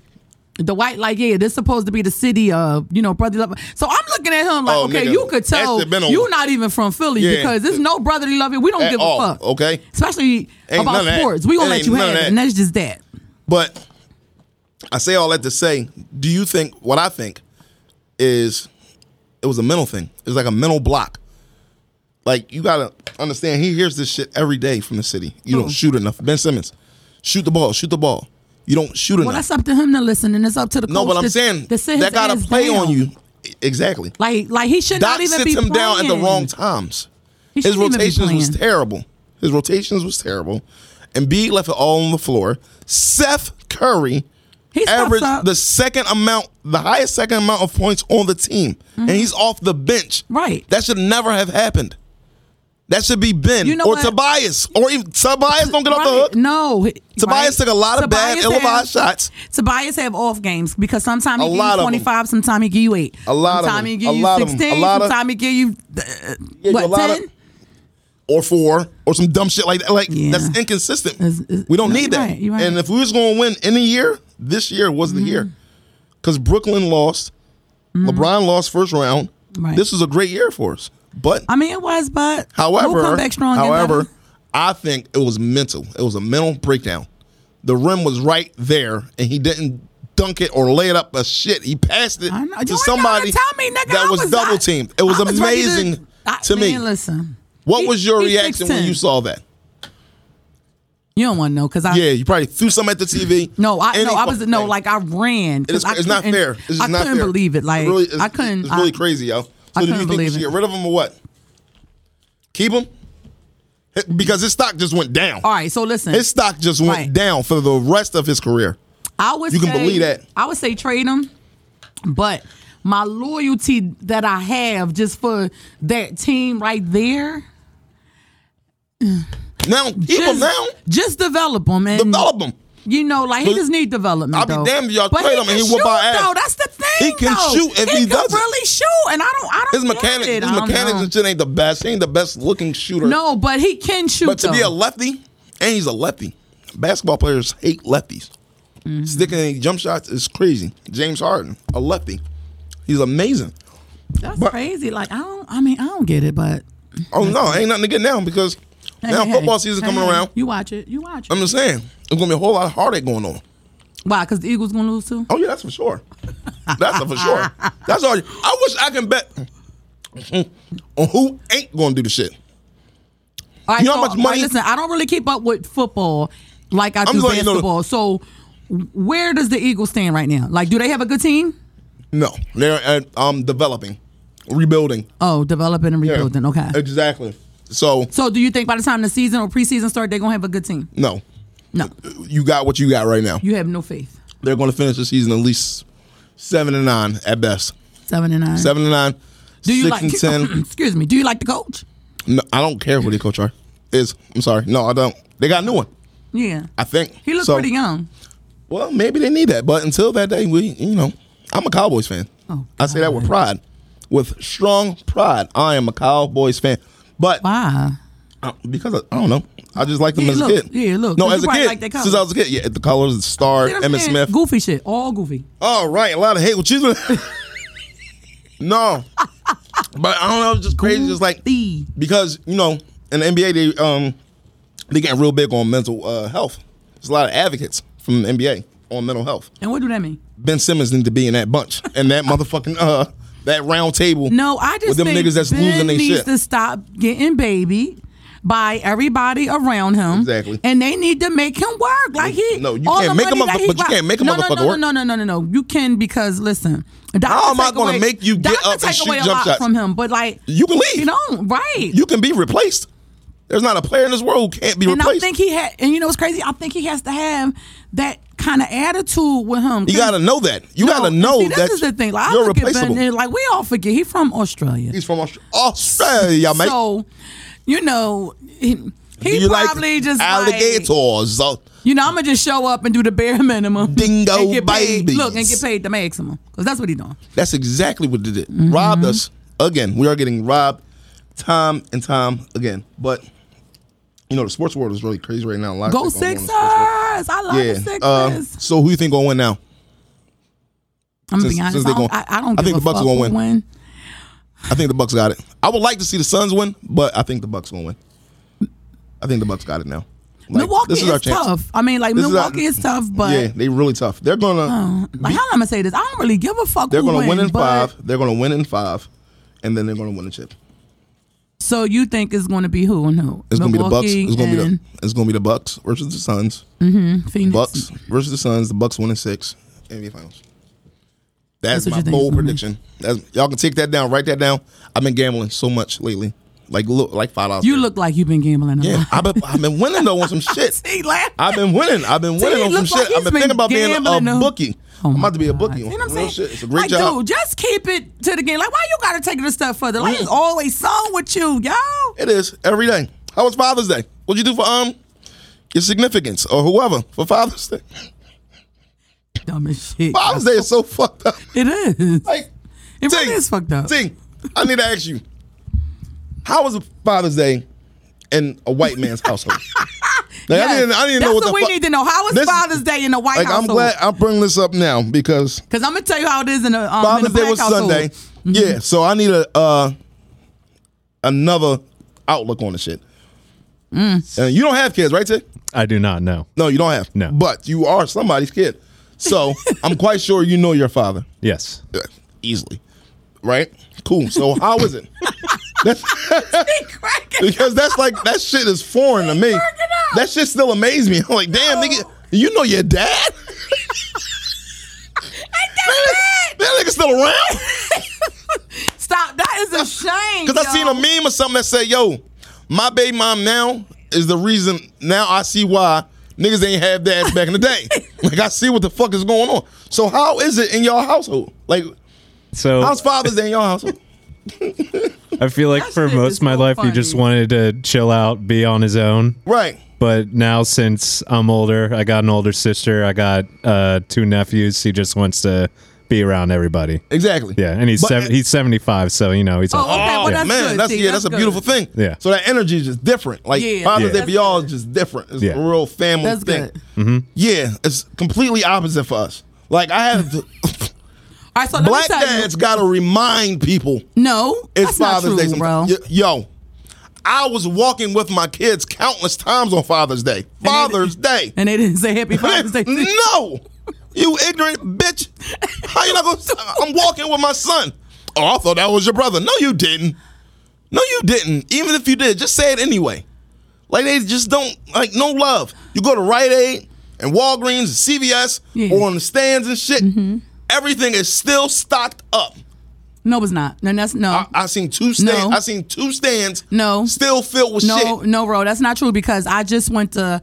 [SPEAKER 3] the white like yeah, this supposed to be the city of you know brotherly love. So I'm looking at him like,
[SPEAKER 2] Oh,
[SPEAKER 3] okay,
[SPEAKER 2] nigga,
[SPEAKER 3] you could
[SPEAKER 2] that
[SPEAKER 3] tell
[SPEAKER 2] shit been a-
[SPEAKER 3] you're not even from Philly
[SPEAKER 2] Yeah.
[SPEAKER 3] because there's no brotherly love here. We don't
[SPEAKER 2] At
[SPEAKER 3] give
[SPEAKER 2] all,
[SPEAKER 3] a fuck,
[SPEAKER 2] okay?
[SPEAKER 3] Especially
[SPEAKER 2] Ain't
[SPEAKER 3] about
[SPEAKER 2] none of that.
[SPEAKER 3] sports, we gonna
[SPEAKER 2] It
[SPEAKER 3] let
[SPEAKER 2] ain't
[SPEAKER 3] you
[SPEAKER 2] none of
[SPEAKER 3] have it,
[SPEAKER 2] that.
[SPEAKER 3] and that's just that.
[SPEAKER 2] But I say all that to say, do you think what I think is it was a mental thing? It was like a mental block. Like you gotta understand, he hears this shit every day from the city. You
[SPEAKER 3] Oh.
[SPEAKER 2] don't shoot enough. Ben Simmons, shoot the ball, shoot the ball. You don't shoot
[SPEAKER 3] Well,
[SPEAKER 2] enough.
[SPEAKER 3] that's up to him to listen, and it's up to the
[SPEAKER 2] No,
[SPEAKER 3] coach
[SPEAKER 2] but I'm
[SPEAKER 3] to-
[SPEAKER 2] saying
[SPEAKER 3] to sit
[SPEAKER 2] that
[SPEAKER 3] his
[SPEAKER 2] gotta
[SPEAKER 3] ass
[SPEAKER 2] play on
[SPEAKER 3] down.
[SPEAKER 2] you. E- Exactly.
[SPEAKER 3] Like like he should
[SPEAKER 2] Doc
[SPEAKER 3] not even
[SPEAKER 2] sits
[SPEAKER 3] be
[SPEAKER 2] him
[SPEAKER 3] playing.
[SPEAKER 2] down at the wrong times.
[SPEAKER 3] He
[SPEAKER 2] His
[SPEAKER 3] shouldn't even be
[SPEAKER 2] rotations was
[SPEAKER 3] playing.
[SPEAKER 2] terrible. His rotations was terrible. And B left it all on the floor. Seth Curry
[SPEAKER 3] He steps
[SPEAKER 2] averaged
[SPEAKER 3] up.
[SPEAKER 2] the second amount, the highest second amount of points on the team. And he's off the bench.
[SPEAKER 3] Mm-hmm. Right.
[SPEAKER 2] That should never have happened. That should be Ben
[SPEAKER 3] You know
[SPEAKER 2] or
[SPEAKER 3] what?
[SPEAKER 2] Tobias. Or even Tobias don't get off the
[SPEAKER 3] Right.
[SPEAKER 2] hook.
[SPEAKER 3] No, he-
[SPEAKER 2] Tobias
[SPEAKER 3] right.
[SPEAKER 2] took a lot of bad
[SPEAKER 3] Tobias
[SPEAKER 2] ill
[SPEAKER 3] have-
[SPEAKER 2] shots.
[SPEAKER 3] Tobias have off games because sometimes
[SPEAKER 2] A
[SPEAKER 3] he give
[SPEAKER 2] lot
[SPEAKER 3] you
[SPEAKER 2] of 'em.
[SPEAKER 3] twenty five, sometimes he give you eight,
[SPEAKER 2] A lot of 'em.
[SPEAKER 3] sometimes he
[SPEAKER 2] A
[SPEAKER 3] give you
[SPEAKER 2] lot of 'em. A
[SPEAKER 3] sixteen,
[SPEAKER 2] lot of-
[SPEAKER 3] sometimes he give you uh,
[SPEAKER 2] you a
[SPEAKER 3] what
[SPEAKER 2] lot of-
[SPEAKER 3] ten?
[SPEAKER 2] or four or some dumb shit like that. Like
[SPEAKER 3] Yeah.
[SPEAKER 2] that's inconsistent.
[SPEAKER 3] It's- it's-
[SPEAKER 2] we don't
[SPEAKER 3] no,
[SPEAKER 2] need
[SPEAKER 3] you're
[SPEAKER 2] that.
[SPEAKER 3] right, Mm-hmm. you're right.
[SPEAKER 2] And if we was gonna win any year, this year was the year. Because Brooklyn lost, LeBron lost first round.
[SPEAKER 3] Mm-hmm. Right.
[SPEAKER 2] This was a great year for us. But
[SPEAKER 3] I mean, it was, but
[SPEAKER 2] however,
[SPEAKER 3] we'll come back strong. and
[SPEAKER 2] however,
[SPEAKER 3] better.
[SPEAKER 2] I think it was mental. It was a mental breakdown. The rim was right there, and he didn't dunk it or lay it up a shit. He passed it
[SPEAKER 3] I know. You ain't
[SPEAKER 2] to
[SPEAKER 3] gotta
[SPEAKER 2] somebody
[SPEAKER 3] tell me, nigga,
[SPEAKER 2] that
[SPEAKER 3] I
[SPEAKER 2] was,
[SPEAKER 3] was not-
[SPEAKER 2] double teamed. It was,
[SPEAKER 3] I was ready
[SPEAKER 2] amazing
[SPEAKER 3] I-
[SPEAKER 2] to me.
[SPEAKER 3] man, Listen,
[SPEAKER 2] what
[SPEAKER 3] He-
[SPEAKER 2] was your
[SPEAKER 3] he's
[SPEAKER 2] reaction when
[SPEAKER 3] 6'10".
[SPEAKER 2] you saw that?
[SPEAKER 3] you don't want to know because I
[SPEAKER 2] Yeah, you probably threw something at the TV.
[SPEAKER 3] No, I
[SPEAKER 2] Any
[SPEAKER 3] no, I was
[SPEAKER 2] fucking
[SPEAKER 3] no,
[SPEAKER 2] thing.
[SPEAKER 3] like I ran. 'cause
[SPEAKER 2] it's,
[SPEAKER 3] I
[SPEAKER 2] it's not
[SPEAKER 3] couldn't-
[SPEAKER 2] fair. It's just
[SPEAKER 3] I
[SPEAKER 2] not
[SPEAKER 3] couldn't
[SPEAKER 2] fair.
[SPEAKER 3] believe it.
[SPEAKER 2] It's
[SPEAKER 3] Like
[SPEAKER 2] really- it's-
[SPEAKER 3] I couldn't.
[SPEAKER 2] It's really
[SPEAKER 3] I-
[SPEAKER 2] crazy, yo. So
[SPEAKER 3] I
[SPEAKER 2] do you think
[SPEAKER 3] couldn't
[SPEAKER 2] we
[SPEAKER 3] believe
[SPEAKER 2] should
[SPEAKER 3] it.
[SPEAKER 2] get rid of him or what? Keep him because his stock just went down.
[SPEAKER 3] All right, so listen.
[SPEAKER 2] His stock just went
[SPEAKER 3] Right.
[SPEAKER 2] down for the rest of his career.
[SPEAKER 3] I would
[SPEAKER 2] You can
[SPEAKER 3] say-
[SPEAKER 2] believe that.
[SPEAKER 3] I would say trade him, but my loyalty that I have just for that team right there.
[SPEAKER 2] Now keep
[SPEAKER 3] just,
[SPEAKER 2] him now.
[SPEAKER 3] just develop him and
[SPEAKER 2] Develop him.
[SPEAKER 3] You know, like he
[SPEAKER 2] But
[SPEAKER 3] just need development.
[SPEAKER 2] I'll be
[SPEAKER 3] though.
[SPEAKER 2] damned if y'all
[SPEAKER 3] But
[SPEAKER 2] trade him and
[SPEAKER 3] can
[SPEAKER 2] he whoop our
[SPEAKER 3] shoot,
[SPEAKER 2] ass.
[SPEAKER 3] Though. That's the thing.
[SPEAKER 2] He can
[SPEAKER 3] though.
[SPEAKER 2] shoot if he
[SPEAKER 3] can
[SPEAKER 2] doesn't.
[SPEAKER 3] really shoot, and I don't. I don't.
[SPEAKER 2] His mechanics,
[SPEAKER 3] get it.
[SPEAKER 2] his
[SPEAKER 3] I don't
[SPEAKER 2] mechanics
[SPEAKER 3] know.
[SPEAKER 2] and shit ain't the best. He ain't the best looking shooter.
[SPEAKER 3] No, but he can shoot.
[SPEAKER 2] But to be a
[SPEAKER 3] though.
[SPEAKER 2] lefty, and he's a lefty. Basketball players hate lefties.
[SPEAKER 3] Mm-hmm.
[SPEAKER 2] Sticking in jump shots is crazy. James Harden, a lefty, he's amazing.
[SPEAKER 3] that's
[SPEAKER 2] but-
[SPEAKER 3] crazy. Like I don't. I mean, I don't get it, but
[SPEAKER 2] Oh no, ain't nothing to get now because now
[SPEAKER 3] Hey, hey,
[SPEAKER 2] football
[SPEAKER 3] hey.
[SPEAKER 2] season
[SPEAKER 3] Hey,
[SPEAKER 2] coming
[SPEAKER 3] hey.
[SPEAKER 2] around. Um,
[SPEAKER 3] You watch it. You watch it.
[SPEAKER 2] I'm just saying, there's gonna be a whole lot of heartache going on.
[SPEAKER 3] Why? Because the Eagles gonna lose too.
[SPEAKER 2] Oh yeah, that's for sure. That's a for sure. That's all. I wish I can bet on who ain't gonna do the shit.
[SPEAKER 3] All right,
[SPEAKER 2] You know how much
[SPEAKER 3] all right,
[SPEAKER 2] money-
[SPEAKER 3] listen, I don't really keep up with football like I do
[SPEAKER 2] just letting you know-
[SPEAKER 3] basketball. so, where does the Eagles stand right now? Like, do they have a good team?
[SPEAKER 2] No, they're uh, um developing, rebuilding,
[SPEAKER 3] Oh, developing and rebuilding. Okay.
[SPEAKER 2] Uh, exactly. So
[SPEAKER 3] So, do you think by the time the season or preseason start, they're gonna have a good team?
[SPEAKER 2] no,
[SPEAKER 3] No,
[SPEAKER 2] you got what you got right now.
[SPEAKER 3] you have no faith.
[SPEAKER 2] they're going to finish the season at least seven and nine at best.
[SPEAKER 3] Seven and nine.
[SPEAKER 2] Seven and nine,
[SPEAKER 3] Do you
[SPEAKER 2] six
[SPEAKER 3] like?
[SPEAKER 2] and ten.
[SPEAKER 3] excuse me. Do you like the coach?
[SPEAKER 2] No, I don't care who they coach are. Is I'm sorry, no, I don't. They got a new one,
[SPEAKER 3] Yeah.
[SPEAKER 2] I think.
[SPEAKER 3] He looks
[SPEAKER 2] So,
[SPEAKER 3] pretty young.
[SPEAKER 2] Well, maybe they need that, but until that day, we, you know, I'm a Cowboys fan.
[SPEAKER 3] Oh,
[SPEAKER 2] I say that with
[SPEAKER 3] God.
[SPEAKER 2] pride, with strong pride. I am a Cowboys fan, but
[SPEAKER 3] Why?
[SPEAKER 2] uh, because I, I don't know, I just like them
[SPEAKER 3] Yeah,
[SPEAKER 2] as
[SPEAKER 3] look,
[SPEAKER 2] a kid.
[SPEAKER 3] yeah, look,
[SPEAKER 2] No,
[SPEAKER 3] 'cause
[SPEAKER 2] as
[SPEAKER 3] you
[SPEAKER 2] a
[SPEAKER 3] probably
[SPEAKER 2] kid,
[SPEAKER 3] like their
[SPEAKER 2] since I was a kid, yeah, the colors, the star,
[SPEAKER 3] See what I'm
[SPEAKER 2] Emmitt
[SPEAKER 3] saying?
[SPEAKER 2] Smith.
[SPEAKER 3] Goofy shit. All goofy.
[SPEAKER 2] All right, a lot of hate. What you doing? no, but I don't know. It's just crazy. Just like
[SPEAKER 3] Goofy.
[SPEAKER 2] because you know in the NBA they um they getting real big on mental uh, health. There's a lot of advocates from the NBA on mental health.
[SPEAKER 3] And what do that mean?
[SPEAKER 2] Ben Simmons need to be in that bunch and that motherfucking uh that round table.
[SPEAKER 3] No, I just
[SPEAKER 2] with them
[SPEAKER 3] think
[SPEAKER 2] niggas that's
[SPEAKER 3] ben
[SPEAKER 2] losing their
[SPEAKER 3] needs
[SPEAKER 2] shit.
[SPEAKER 3] to stop getting baby by everybody around him.
[SPEAKER 2] Exactly.
[SPEAKER 3] And they need to make him work. Like he
[SPEAKER 2] No, you
[SPEAKER 3] all
[SPEAKER 2] can't
[SPEAKER 3] the
[SPEAKER 2] make a
[SPEAKER 3] money that
[SPEAKER 2] motherfucker-
[SPEAKER 3] he
[SPEAKER 2] but you
[SPEAKER 3] got-
[SPEAKER 2] can't make a
[SPEAKER 3] no,
[SPEAKER 2] motherfucker
[SPEAKER 3] no, no,
[SPEAKER 2] work.
[SPEAKER 3] No, no, no, no, no. You can because listen. Doc
[SPEAKER 2] How
[SPEAKER 3] can
[SPEAKER 2] am I
[SPEAKER 3] take
[SPEAKER 2] gonna
[SPEAKER 3] away-
[SPEAKER 2] make you
[SPEAKER 3] Doc
[SPEAKER 2] get
[SPEAKER 3] can
[SPEAKER 2] up and
[SPEAKER 3] take away
[SPEAKER 2] shoot
[SPEAKER 3] a
[SPEAKER 2] jump
[SPEAKER 3] lot
[SPEAKER 2] shots?
[SPEAKER 3] from him, but like
[SPEAKER 2] You can leave.
[SPEAKER 3] You don't, right.
[SPEAKER 2] You can be replaced. There's not a player in this world who can't be
[SPEAKER 3] and I
[SPEAKER 2] replaced.
[SPEAKER 3] think he had and you know what's crazy? I think he has to have that kind of attitude with him.
[SPEAKER 2] you gotta know that. You gotta know
[SPEAKER 3] see, this
[SPEAKER 2] that
[SPEAKER 3] is the thing. Like, I
[SPEAKER 2] you're
[SPEAKER 3] look
[SPEAKER 2] replaceable.
[SPEAKER 3] At ben, and, like we all forget he from Australia.
[SPEAKER 2] He's from Austra- Australia, mate.
[SPEAKER 3] So, you know, he, he
[SPEAKER 2] Do you like
[SPEAKER 3] probably just Like,
[SPEAKER 2] alligators. Uh,
[SPEAKER 3] you know, I'm gonna just show up and do the bare minimum.
[SPEAKER 2] Dingo
[SPEAKER 3] and get paid,
[SPEAKER 2] babies.
[SPEAKER 3] Look and get paid the maximum because that's what he's doing. Mm-hmm.
[SPEAKER 2] That's exactly what they did. Robbed us again. We are getting robbed time and time again. But you know, the sports world is really crazy right now. A lot of
[SPEAKER 3] Go
[SPEAKER 2] shit going on in the
[SPEAKER 3] Sixers!
[SPEAKER 2] sports world.
[SPEAKER 3] I love the Sixers.
[SPEAKER 2] Uh, so who you think gonna win now?
[SPEAKER 3] I'm gonna
[SPEAKER 2] since-
[SPEAKER 3] be honest.
[SPEAKER 2] since
[SPEAKER 3] I
[SPEAKER 2] they
[SPEAKER 3] don't,
[SPEAKER 2] gonna-
[SPEAKER 3] I, I don't
[SPEAKER 2] I
[SPEAKER 3] give
[SPEAKER 2] think
[SPEAKER 3] a
[SPEAKER 2] the Bucks
[SPEAKER 3] fuck
[SPEAKER 2] gonna
[SPEAKER 3] who
[SPEAKER 2] win.
[SPEAKER 3] win.
[SPEAKER 2] I think the Bucks got it. I would like to see the Suns win, but I think the Bucks gonna win. I think the Bucks got it now. Like,
[SPEAKER 3] Milwaukee is, tough. I mean, like
[SPEAKER 2] This is our-
[SPEAKER 3] Milwaukee is, tough, but
[SPEAKER 2] yeah, they really tough. They're gonna
[SPEAKER 3] like, how am I gonna say this? I don't really give a fuck.
[SPEAKER 2] they're
[SPEAKER 3] who
[SPEAKER 2] gonna win in
[SPEAKER 3] but-
[SPEAKER 2] five. They're gonna win in five, and then they're gonna win the chip.
[SPEAKER 3] So you think it's gonna be who and who?
[SPEAKER 2] It's gonna be the Bucks.
[SPEAKER 3] Milwaukee
[SPEAKER 2] It's gonna be the
[SPEAKER 3] and
[SPEAKER 2] it's gonna be the Bucks versus the Suns.
[SPEAKER 3] Phoenix.
[SPEAKER 2] Bucks versus the Suns. The Bucks winning six NBA Finals. That's,
[SPEAKER 3] That's what you
[SPEAKER 2] my
[SPEAKER 3] think
[SPEAKER 2] bold
[SPEAKER 3] is gonna
[SPEAKER 2] prediction. That's, y'all can take that down. Write that down. I've been gambling so much lately. Like look, like five dollars.
[SPEAKER 3] You look like you've been gambling. A
[SPEAKER 2] Yeah,
[SPEAKER 3] lot.
[SPEAKER 2] I've been I've been winning though on some shit.
[SPEAKER 3] See, laugh.
[SPEAKER 2] I've been winning. I've been winning
[SPEAKER 3] See,
[SPEAKER 2] on some
[SPEAKER 3] it looks like
[SPEAKER 2] shit. I've
[SPEAKER 3] he's
[SPEAKER 2] been
[SPEAKER 3] been
[SPEAKER 2] thinking about being a
[SPEAKER 3] gambling, though.
[SPEAKER 2] bookie.
[SPEAKER 3] Oh
[SPEAKER 2] I'm
[SPEAKER 3] my
[SPEAKER 2] about to be a
[SPEAKER 3] God.
[SPEAKER 2] bookie.
[SPEAKER 3] See
[SPEAKER 2] on
[SPEAKER 3] what
[SPEAKER 2] some
[SPEAKER 3] I'm
[SPEAKER 2] real
[SPEAKER 3] saying?
[SPEAKER 2] shit. It's a great
[SPEAKER 3] like,
[SPEAKER 2] job.
[SPEAKER 3] Dude, just keep it to the game. Like, why you gotta take it a step further? Like,
[SPEAKER 2] Mm.
[SPEAKER 3] it's always song with you, yo.
[SPEAKER 2] It is every day. How was Father's Day? What'd you do for um your significance or whoever for Father's Day?
[SPEAKER 3] Dumb as shit.
[SPEAKER 2] Father's Day is so fucked up.
[SPEAKER 3] It is.
[SPEAKER 2] Like
[SPEAKER 3] It really
[SPEAKER 2] Ting,
[SPEAKER 3] is fucked up.
[SPEAKER 2] Ting, I need to ask you, how was Father's Day in a white man's household? Like, I
[SPEAKER 3] Yes.
[SPEAKER 2] didn't, I didn't
[SPEAKER 3] That's
[SPEAKER 2] know what the
[SPEAKER 3] we
[SPEAKER 2] fuck.
[SPEAKER 3] need to know. How is
[SPEAKER 2] This-
[SPEAKER 3] Father's Day in the White
[SPEAKER 2] like
[SPEAKER 3] House?
[SPEAKER 2] I'm glad I'm bringing this up now because
[SPEAKER 3] Because I'm gonna tell you how it is in the um,
[SPEAKER 2] Father's
[SPEAKER 3] in the
[SPEAKER 2] Day
[SPEAKER 3] black
[SPEAKER 2] was
[SPEAKER 3] household. Mm-hmm.
[SPEAKER 2] Sunday. Yeah, so I need a uh, another outlook on the shit.
[SPEAKER 3] Mm.
[SPEAKER 2] And you don't have kids, right, Tick?
[SPEAKER 4] I do not know.
[SPEAKER 2] No, you don't have.
[SPEAKER 4] No.
[SPEAKER 2] But you are somebody's kid. So I'm quite sure you know your father
[SPEAKER 4] Yes.
[SPEAKER 2] Uh, easily. Right? Cool. So how is it?
[SPEAKER 3] Cracking
[SPEAKER 2] because that's like that shit is foreign to me. That shit still amazes me. I'm like, damn, nigga, you know your dad? that, that nigga still around?
[SPEAKER 3] Stop. That is a shame.
[SPEAKER 2] Because I seen a meme or something that say, yo, my baby mom now is the reason now I see why niggas ain't have dads back in the day. like I see what the fuck is going on. So how is it in your household? Like
[SPEAKER 4] So
[SPEAKER 2] how's Father's Day in your household?
[SPEAKER 4] I feel like
[SPEAKER 3] That
[SPEAKER 4] for
[SPEAKER 3] shit
[SPEAKER 4] most
[SPEAKER 3] is
[SPEAKER 4] of my
[SPEAKER 3] so
[SPEAKER 4] life, you just
[SPEAKER 3] funny.
[SPEAKER 4] wanted to chill out, be on his own.
[SPEAKER 2] Right.
[SPEAKER 4] But now, since I'm older, I got an older sister. I got uh, two nephews. He just wants to be around everybody.
[SPEAKER 2] Exactly.
[SPEAKER 4] Yeah, and he's
[SPEAKER 2] But-
[SPEAKER 4] seven, he's 75, so you know he's.
[SPEAKER 3] Oh,
[SPEAKER 4] old.
[SPEAKER 3] okay. Well, that's
[SPEAKER 2] man,
[SPEAKER 3] good.
[SPEAKER 2] that's
[SPEAKER 3] See,
[SPEAKER 2] yeah, that's,
[SPEAKER 3] that's
[SPEAKER 2] a beautiful thing.
[SPEAKER 4] Yeah.
[SPEAKER 2] So that energy is just different. Like
[SPEAKER 3] Yeah,
[SPEAKER 2] Father's
[SPEAKER 4] Yeah.
[SPEAKER 2] Day for y'all is just different. It's
[SPEAKER 4] Yeah.
[SPEAKER 2] a real family
[SPEAKER 3] That's
[SPEAKER 2] thing.
[SPEAKER 3] good.
[SPEAKER 2] Yeah, it's completely opposite for us. Like I have
[SPEAKER 3] All right, so let
[SPEAKER 2] black
[SPEAKER 3] me tell
[SPEAKER 2] dads got to remind people
[SPEAKER 3] you. No,
[SPEAKER 2] It's
[SPEAKER 3] that's
[SPEAKER 2] Father's
[SPEAKER 3] not
[SPEAKER 2] Day,
[SPEAKER 3] true, bro.
[SPEAKER 2] sometime. Y- yo, I was walking with my kids countless times on Father's Day. Father's Day.
[SPEAKER 3] And they didn't say Happy Father's Day.
[SPEAKER 2] no, you ignorant bitch. How you not gonna? s- I'm walking with my son. Oh, I thought that was your brother. No, you didn't. No, you didn't. Even if you did, just say it anyway. Like they just don't like no love. You go to Rite Aid and Walgreens and CVS
[SPEAKER 3] Yeah. Mm-hmm.
[SPEAKER 2] or on the stands and shit. Everything is still stocked up.
[SPEAKER 3] No, it's not. No, that's no.
[SPEAKER 2] I, I seen two stands.
[SPEAKER 3] No.
[SPEAKER 2] I seen two stands.
[SPEAKER 3] No.
[SPEAKER 2] Still filled with
[SPEAKER 3] no,
[SPEAKER 2] shit.
[SPEAKER 3] no, bro. That's not true because I just went to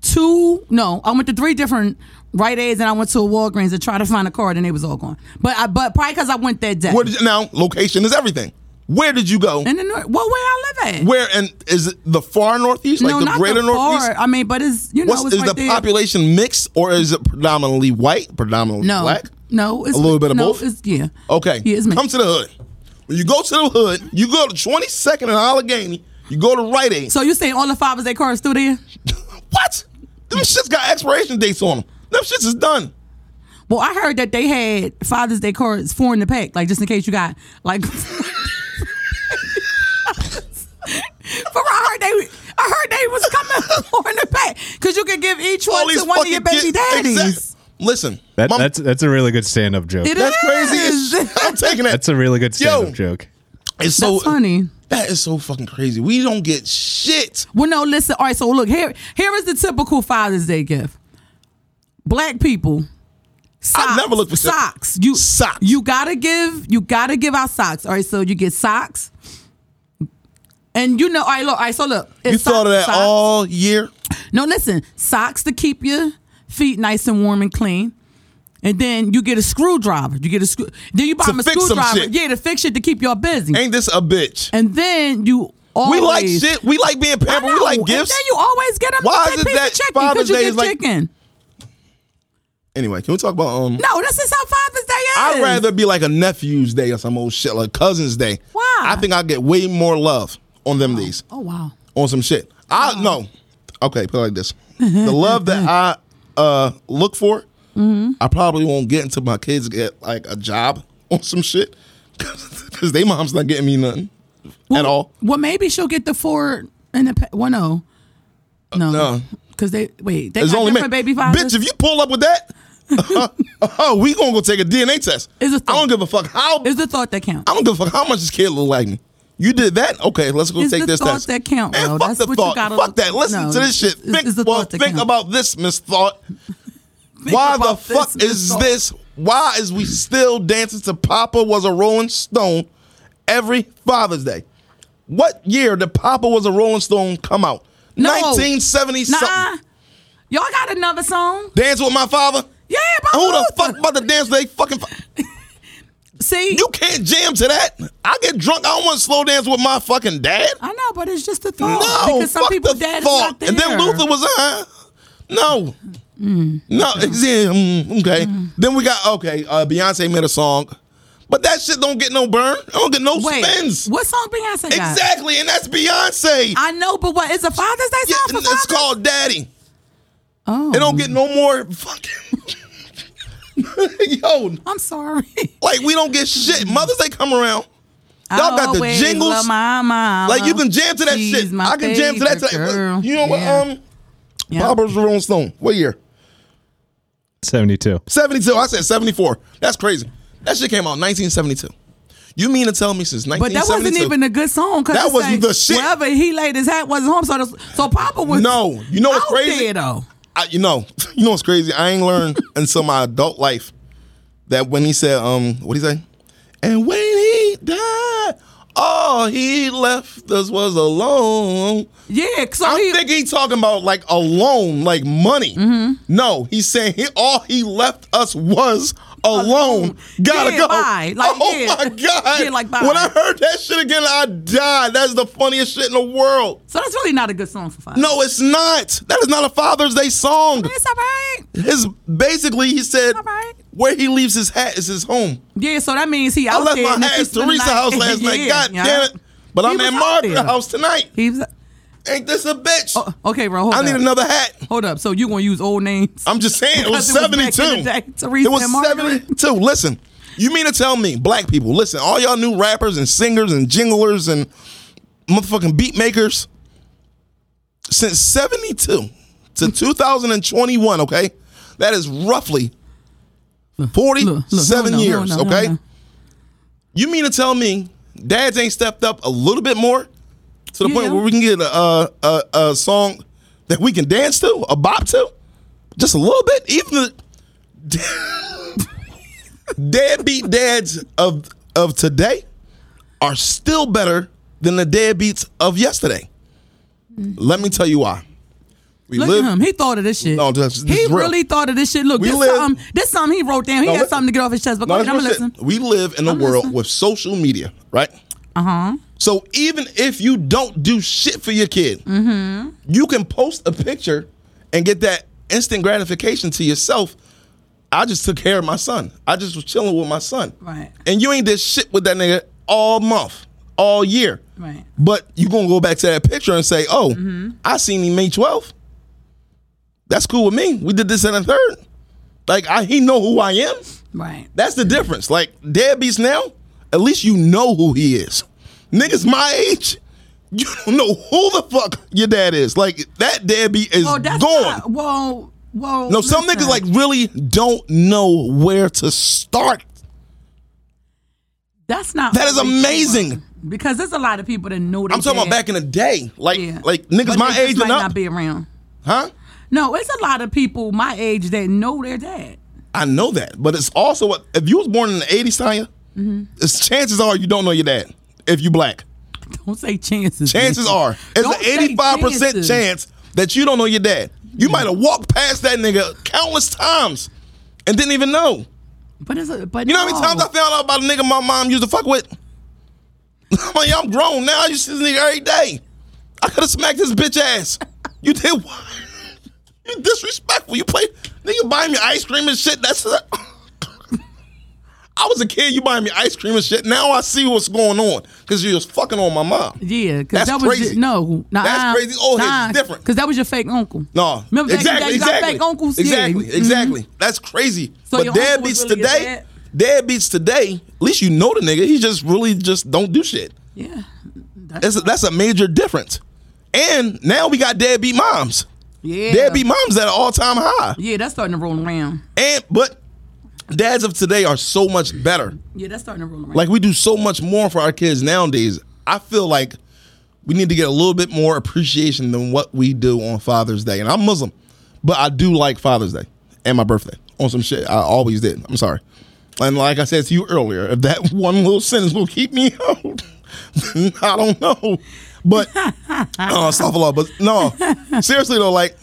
[SPEAKER 3] two. No, I went to three different Rite Aids and I went to a Walgreens to try to find a card and they was all gone. But I, but probably because I went that day.
[SPEAKER 2] Where did you, now location is everything. Where did you go?
[SPEAKER 3] in the north, well, where I live at.
[SPEAKER 2] Where and is it the far northeast,
[SPEAKER 3] no,
[SPEAKER 2] like the
[SPEAKER 3] not
[SPEAKER 2] greater
[SPEAKER 3] the far.
[SPEAKER 2] northeast?
[SPEAKER 3] I mean, but it's you know
[SPEAKER 2] What's
[SPEAKER 3] it's
[SPEAKER 2] is
[SPEAKER 3] right
[SPEAKER 2] the
[SPEAKER 3] there.
[SPEAKER 2] population mixed or is it predominantly white, predominantly
[SPEAKER 3] no,
[SPEAKER 2] black?
[SPEAKER 3] no, it's
[SPEAKER 2] A little bit of
[SPEAKER 3] no,
[SPEAKER 2] both?
[SPEAKER 3] It's, yeah.
[SPEAKER 2] Okay,
[SPEAKER 3] Yeah, it's mixed.
[SPEAKER 2] come to the hood. When you go to the hood, you go to 22nd and Allegheny. You go to Rite Aid.
[SPEAKER 3] So you saying all the Father's Day cards still there?
[SPEAKER 2] what? Them shits got expiration dates on them. Them shits is done.
[SPEAKER 3] Well, I heard that they had Father's Day cards four in the pack, like just in case you got like. For I heard they, I heard they was coming four in the pack because you could give each one
[SPEAKER 2] All these
[SPEAKER 3] to one of your
[SPEAKER 2] fucking kids-
[SPEAKER 3] baby daddies.
[SPEAKER 2] Exact- Listen,
[SPEAKER 4] That,
[SPEAKER 2] my-
[SPEAKER 4] that's that's a really good stand-up joke.
[SPEAKER 3] It
[SPEAKER 2] that's
[SPEAKER 3] is.
[SPEAKER 2] crazy. as shit. I'm taking that.
[SPEAKER 4] That's a really good stand-up
[SPEAKER 2] Yo.
[SPEAKER 4] joke.
[SPEAKER 2] It's so
[SPEAKER 3] That's funny.
[SPEAKER 2] That is so fucking crazy. We don't get shit.
[SPEAKER 3] Well, no, listen. All right, so look here. Here is the typical Father's Day gift. Black people. Socks,
[SPEAKER 2] never looked for shit.
[SPEAKER 3] socks. You
[SPEAKER 2] Socks.
[SPEAKER 3] You gotta give. You gotta give out socks. All right, so you get socks. And you know, all right, look, all right, so look. It's
[SPEAKER 2] You thought of that
[SPEAKER 3] socks.
[SPEAKER 2] all year.
[SPEAKER 3] No, listen, socks to keep your feet nice and warm and clean. And then you get a screwdriver. You get a screw. Then you buy
[SPEAKER 2] To
[SPEAKER 3] them a
[SPEAKER 2] fix some
[SPEAKER 3] screwdriver.
[SPEAKER 2] shit.
[SPEAKER 3] Yeah, to fix shit to keep y'all busy.
[SPEAKER 2] Ain't this a bitch?
[SPEAKER 3] and then you always
[SPEAKER 2] We like shit. We like being
[SPEAKER 3] I
[SPEAKER 2] pampered. We
[SPEAKER 3] know.
[SPEAKER 2] like
[SPEAKER 3] And
[SPEAKER 2] gifts.
[SPEAKER 3] then you always get them.
[SPEAKER 2] Why
[SPEAKER 3] Why
[SPEAKER 2] is
[SPEAKER 3] is
[SPEAKER 2] it
[SPEAKER 3] piece
[SPEAKER 2] that
[SPEAKER 3] of chicken
[SPEAKER 2] Father's
[SPEAKER 3] because you
[SPEAKER 2] Day
[SPEAKER 3] get
[SPEAKER 2] is like-
[SPEAKER 3] chicken?
[SPEAKER 2] Anyway, can we talk about um?
[SPEAKER 3] No, this is how Father's Day Yes.
[SPEAKER 2] I'd rather be like a nephew's day or some old shit, like cousin's day.
[SPEAKER 3] Why?
[SPEAKER 2] I think I get way more love on them days,
[SPEAKER 3] Oh wow.
[SPEAKER 2] on some shit. I no. Okay, put it like this: the love that I uh look for,
[SPEAKER 3] Mm-hmm.
[SPEAKER 2] I probably won't get until my kids get like a job on some shit, because they mom's not getting me nothing at all.
[SPEAKER 3] Well, maybe she'll get the four and the pa- well, no, no,
[SPEAKER 2] Uh, no.
[SPEAKER 3] because they wait. They
[SPEAKER 2] It's
[SPEAKER 3] got
[SPEAKER 2] only
[SPEAKER 3] different
[SPEAKER 2] men.
[SPEAKER 3] baby fathers.
[SPEAKER 2] Bitch, if you pull up with that, oh, we gonna go take a DNA test.
[SPEAKER 3] It's a
[SPEAKER 2] I
[SPEAKER 3] thing.
[SPEAKER 2] don't give a fuck how.
[SPEAKER 3] it's the thought that counts.
[SPEAKER 2] I don't give a fuck how much this kid look like me. You did that, okay? Let's go
[SPEAKER 3] It's
[SPEAKER 2] take
[SPEAKER 3] the
[SPEAKER 2] this
[SPEAKER 3] thought
[SPEAKER 2] test.
[SPEAKER 3] that count,
[SPEAKER 2] Man,
[SPEAKER 3] though.
[SPEAKER 2] fuck
[SPEAKER 3] That's
[SPEAKER 2] the
[SPEAKER 3] what you
[SPEAKER 2] thought.
[SPEAKER 3] gotta
[SPEAKER 2] fuck
[SPEAKER 3] look-
[SPEAKER 2] that. Listen
[SPEAKER 3] no,
[SPEAKER 2] to this shit.
[SPEAKER 3] it's- it's-
[SPEAKER 2] think,
[SPEAKER 3] it's the
[SPEAKER 2] well,
[SPEAKER 3] thought that
[SPEAKER 2] think
[SPEAKER 3] count.
[SPEAKER 2] about this, Miss Thought. Why the
[SPEAKER 3] about this,
[SPEAKER 2] fuck
[SPEAKER 3] Miss
[SPEAKER 2] is
[SPEAKER 3] Thought.
[SPEAKER 2] this? Why is we still dancing to Papa Was a Rolling Stone every Father's Day? What year did Papa Was a Rolling Stone come out?
[SPEAKER 3] No.
[SPEAKER 2] 1970
[SPEAKER 3] Nah,
[SPEAKER 2] something.
[SPEAKER 3] y'all got another song?
[SPEAKER 2] Dance with my father.
[SPEAKER 3] Yeah, but
[SPEAKER 2] Who the fuck about to dance with they fucking? Fa-
[SPEAKER 3] See,
[SPEAKER 2] you can't jam to that. I get drunk. I don't want to slow dance with my fucking dad.
[SPEAKER 3] I know, but it's just a thought.
[SPEAKER 2] No,
[SPEAKER 3] because some
[SPEAKER 2] fuck
[SPEAKER 3] people
[SPEAKER 2] the
[SPEAKER 3] dad
[SPEAKER 2] thought.
[SPEAKER 3] is not there.
[SPEAKER 2] And then Luther was uh, no, no, it's- yeah, mm, okay. Then we got okay. Uh, Beyonce made a song, but that shit don't get no burn. I don't get no
[SPEAKER 3] Wait,
[SPEAKER 2] spins.
[SPEAKER 3] what song Beyonce got?
[SPEAKER 2] Exactly, and that's Beyonce.
[SPEAKER 3] I know, but what is a Father's Day
[SPEAKER 2] yeah,
[SPEAKER 3] song
[SPEAKER 2] and
[SPEAKER 3] for
[SPEAKER 2] it's
[SPEAKER 3] fathers?
[SPEAKER 2] called Daddy.
[SPEAKER 3] oh,
[SPEAKER 2] It don't get no more fucking. Yo,
[SPEAKER 3] I'm sorry.
[SPEAKER 2] like we don't get shit. Mothers they come around. Y'all got the
[SPEAKER 3] Always
[SPEAKER 2] jingles.
[SPEAKER 3] love my mama.
[SPEAKER 2] Like you can jam to that
[SPEAKER 3] Uh-huh. She's
[SPEAKER 2] shit.
[SPEAKER 3] my
[SPEAKER 2] I can jam to that.
[SPEAKER 3] favorite
[SPEAKER 2] To,
[SPEAKER 3] girl.
[SPEAKER 2] you know what?
[SPEAKER 3] Yeah.
[SPEAKER 2] Um,
[SPEAKER 3] Yeah.
[SPEAKER 2] Barbara's Rolling Stone. What year?
[SPEAKER 4] 72.
[SPEAKER 2] 72. I said 74. That's crazy. That shit came out in 1972. You mean to tell me since
[SPEAKER 3] But that
[SPEAKER 2] 1972?
[SPEAKER 3] wasn't even a good song. Cause
[SPEAKER 2] That
[SPEAKER 3] it's
[SPEAKER 2] was
[SPEAKER 3] like,
[SPEAKER 2] the shit.
[SPEAKER 3] Wherever he laid his hat wasn't home, so that's- so Papa was
[SPEAKER 2] No, you know what's
[SPEAKER 3] out
[SPEAKER 2] crazy?
[SPEAKER 3] there, though.
[SPEAKER 2] I, you know, you know what's crazy? I ain't learned until my adult life that when he said, um, what he say? And when he died, all he left us was alone.
[SPEAKER 3] Yeah, so
[SPEAKER 2] I
[SPEAKER 3] he
[SPEAKER 2] think he talking about like a loan, like money.
[SPEAKER 3] Mm-hmm.
[SPEAKER 2] No, he's saying he, all he left us was a loan. Gotta
[SPEAKER 3] Yeah,
[SPEAKER 2] go.
[SPEAKER 3] bye. Like,
[SPEAKER 2] oh
[SPEAKER 3] yeah.
[SPEAKER 2] my god!
[SPEAKER 3] Yeah, like, bye.
[SPEAKER 2] When I heard that shit again, I died. That's the funniest shit in the world.
[SPEAKER 3] so that's really not a good song for Father.
[SPEAKER 2] No, it's not. That is not a Father's Day song.
[SPEAKER 3] it's all right.
[SPEAKER 2] His basically, he said,
[SPEAKER 3] All right.
[SPEAKER 2] where he leaves his hat is his home.
[SPEAKER 3] Yeah, so that means he out
[SPEAKER 2] I left
[SPEAKER 3] there. Oh, and
[SPEAKER 2] my
[SPEAKER 3] if
[SPEAKER 2] hat
[SPEAKER 3] you
[SPEAKER 2] at
[SPEAKER 3] spend the
[SPEAKER 2] Teresa's house last night.
[SPEAKER 3] Yeah,
[SPEAKER 2] God
[SPEAKER 3] yeah.
[SPEAKER 2] damn it! But
[SPEAKER 3] He
[SPEAKER 2] I'm
[SPEAKER 3] was
[SPEAKER 2] at
[SPEAKER 3] out
[SPEAKER 2] Marvin's
[SPEAKER 3] there.
[SPEAKER 2] house tonight.
[SPEAKER 3] He was,
[SPEAKER 2] Ain't this a bitch?
[SPEAKER 3] oh, okay, bro. Hold
[SPEAKER 2] I
[SPEAKER 3] up.
[SPEAKER 2] need another hat.
[SPEAKER 3] Hold up. So you gonna use old names?
[SPEAKER 2] I'm just saying it was
[SPEAKER 3] Because it was
[SPEAKER 2] 72.
[SPEAKER 3] back in the day, Teresa
[SPEAKER 2] it was
[SPEAKER 3] and Margaret.
[SPEAKER 2] 72. Listen, you mean to tell me, black people, listen, all y'all new rappers and singers and jinglers and motherfucking beat makers, since 72
[SPEAKER 3] Hmm.
[SPEAKER 2] to 2021, okay? That is roughly 47
[SPEAKER 3] no, no,
[SPEAKER 2] years,
[SPEAKER 3] no, no,
[SPEAKER 2] okay?
[SPEAKER 3] no.
[SPEAKER 2] You mean to tell me dads ain't stepped up a little bit more to the
[SPEAKER 3] Yeah.
[SPEAKER 2] point where we can get a, a, a, a song that we can dance to, a bop to? Just a little bit? Even the deadbeat dads of of today are still better than the deadbeats of yesterday. Let me tell you why. We
[SPEAKER 3] Mm. Look
[SPEAKER 2] live
[SPEAKER 3] at him. He thought of this shit.
[SPEAKER 2] No, this- this
[SPEAKER 3] he
[SPEAKER 2] is real.
[SPEAKER 3] really thought of this shit. Look,
[SPEAKER 2] We
[SPEAKER 3] this
[SPEAKER 2] live-
[SPEAKER 3] something. This something he wrote down. He
[SPEAKER 2] No,
[SPEAKER 3] got
[SPEAKER 2] listen.
[SPEAKER 3] something to get off his chest. But
[SPEAKER 2] No,
[SPEAKER 3] I'm
[SPEAKER 2] that's
[SPEAKER 3] gonna
[SPEAKER 2] what I'm
[SPEAKER 3] listen.
[SPEAKER 2] saying. We live in a world with social media, right?
[SPEAKER 3] Uh huh.
[SPEAKER 2] So even if you don't do shit for your kid,
[SPEAKER 3] Mm-hmm.
[SPEAKER 2] you can post a picture and get that instant gratification to yourself. I just took care of my son. I just was chilling with my son.
[SPEAKER 3] Right.
[SPEAKER 2] And you ain't did shit with that nigga all month, all year.
[SPEAKER 3] Right.
[SPEAKER 2] But you gonna go back to that picture and say, "Oh,
[SPEAKER 3] Mm-hmm.
[SPEAKER 2] I seen him May 12th. That's cool with me. We did this and a third. Like I, he know who I am.
[SPEAKER 3] Right.
[SPEAKER 2] That's the difference. Like deadbeats now, at least you know who he is. Niggas my age, you don't know who the fuck your dad is. Like that deadbeat is
[SPEAKER 3] Oh, that's
[SPEAKER 2] gone.
[SPEAKER 3] Not, whoa, whoa.
[SPEAKER 2] no, some
[SPEAKER 3] listen.
[SPEAKER 2] niggas like really don't know where to start.
[SPEAKER 3] that's not.
[SPEAKER 2] That is
[SPEAKER 3] what we
[SPEAKER 2] amazing.
[SPEAKER 3] want. Because there's a lot of people that know. They
[SPEAKER 2] I'm talking about
[SPEAKER 3] dad.
[SPEAKER 2] back in the day, like
[SPEAKER 3] Yeah.
[SPEAKER 2] like niggas
[SPEAKER 3] But
[SPEAKER 2] my
[SPEAKER 3] they just
[SPEAKER 2] age
[SPEAKER 3] might
[SPEAKER 2] and
[SPEAKER 3] not
[SPEAKER 2] up,
[SPEAKER 3] be around.
[SPEAKER 2] huh?
[SPEAKER 3] No, it's a lot of people my age that know their dad.
[SPEAKER 2] I know that, but it's also what if you was born in the '80s, Tanya.
[SPEAKER 3] Mm-hmm.
[SPEAKER 2] It's chances are you don't know your dad if you black.
[SPEAKER 3] Don't say chances.
[SPEAKER 2] Chances
[SPEAKER 3] bitch.
[SPEAKER 2] are, it's
[SPEAKER 3] Don't say
[SPEAKER 2] an 85%
[SPEAKER 3] chances.
[SPEAKER 2] chance that you don't know your dad. You might have walked past that nigga countless times and didn't even know.
[SPEAKER 3] But it's a, but
[SPEAKER 2] You know how many
[SPEAKER 3] no.
[SPEAKER 2] times I found out about a nigga my mom used to fuck with? I'm like, I'm grown now. I used to see this nigga every day. I could have smacked his bitch ass. You did what? You disrespectful. You play, nigga, buy me ice cream and shit. That's. I was a kid. You buying me ice cream and shit. Now I see what's going on because you was fucking on my mom.
[SPEAKER 3] Yeah, because
[SPEAKER 2] That's
[SPEAKER 3] that was
[SPEAKER 2] crazy.
[SPEAKER 3] Your, no, nah,
[SPEAKER 2] That's crazy. Old heads is different.
[SPEAKER 3] Because that was your fake uncle.
[SPEAKER 2] No,
[SPEAKER 3] remember back in the
[SPEAKER 2] exactly,
[SPEAKER 3] day, you got
[SPEAKER 2] exactly,
[SPEAKER 3] fake uncles. Yeah.
[SPEAKER 2] exactly,
[SPEAKER 3] Mhm.
[SPEAKER 2] exactly. That's crazy.
[SPEAKER 3] So
[SPEAKER 2] but
[SPEAKER 3] your
[SPEAKER 2] dad
[SPEAKER 3] uncle was
[SPEAKER 2] beats
[SPEAKER 3] really your
[SPEAKER 2] today.
[SPEAKER 3] dad?
[SPEAKER 2] Dad beats today. At least you know the nigga. He just really just don't do shit.
[SPEAKER 3] Yeah,
[SPEAKER 2] That's a, that's a major difference. And now we got deadbeat moms.
[SPEAKER 3] yeah.
[SPEAKER 2] Deadbeat moms at an all time high.
[SPEAKER 3] Yeah, that's starting to roll around.
[SPEAKER 2] And but dads of today are so much better.
[SPEAKER 3] Yeah, that's starting to roll around.
[SPEAKER 2] Like we do so much more for our kids nowadays. I feel like we need to get a little bit more appreciation than what we do on Father's Day. And I'm Muslim, but I do like Father's Day and my birthday on some shit I always did. I'm sorry. And like I said to you earlier, if that one little sentence will keep me out, then I don't know. But oh, stop a lot. But no, seriously though, like,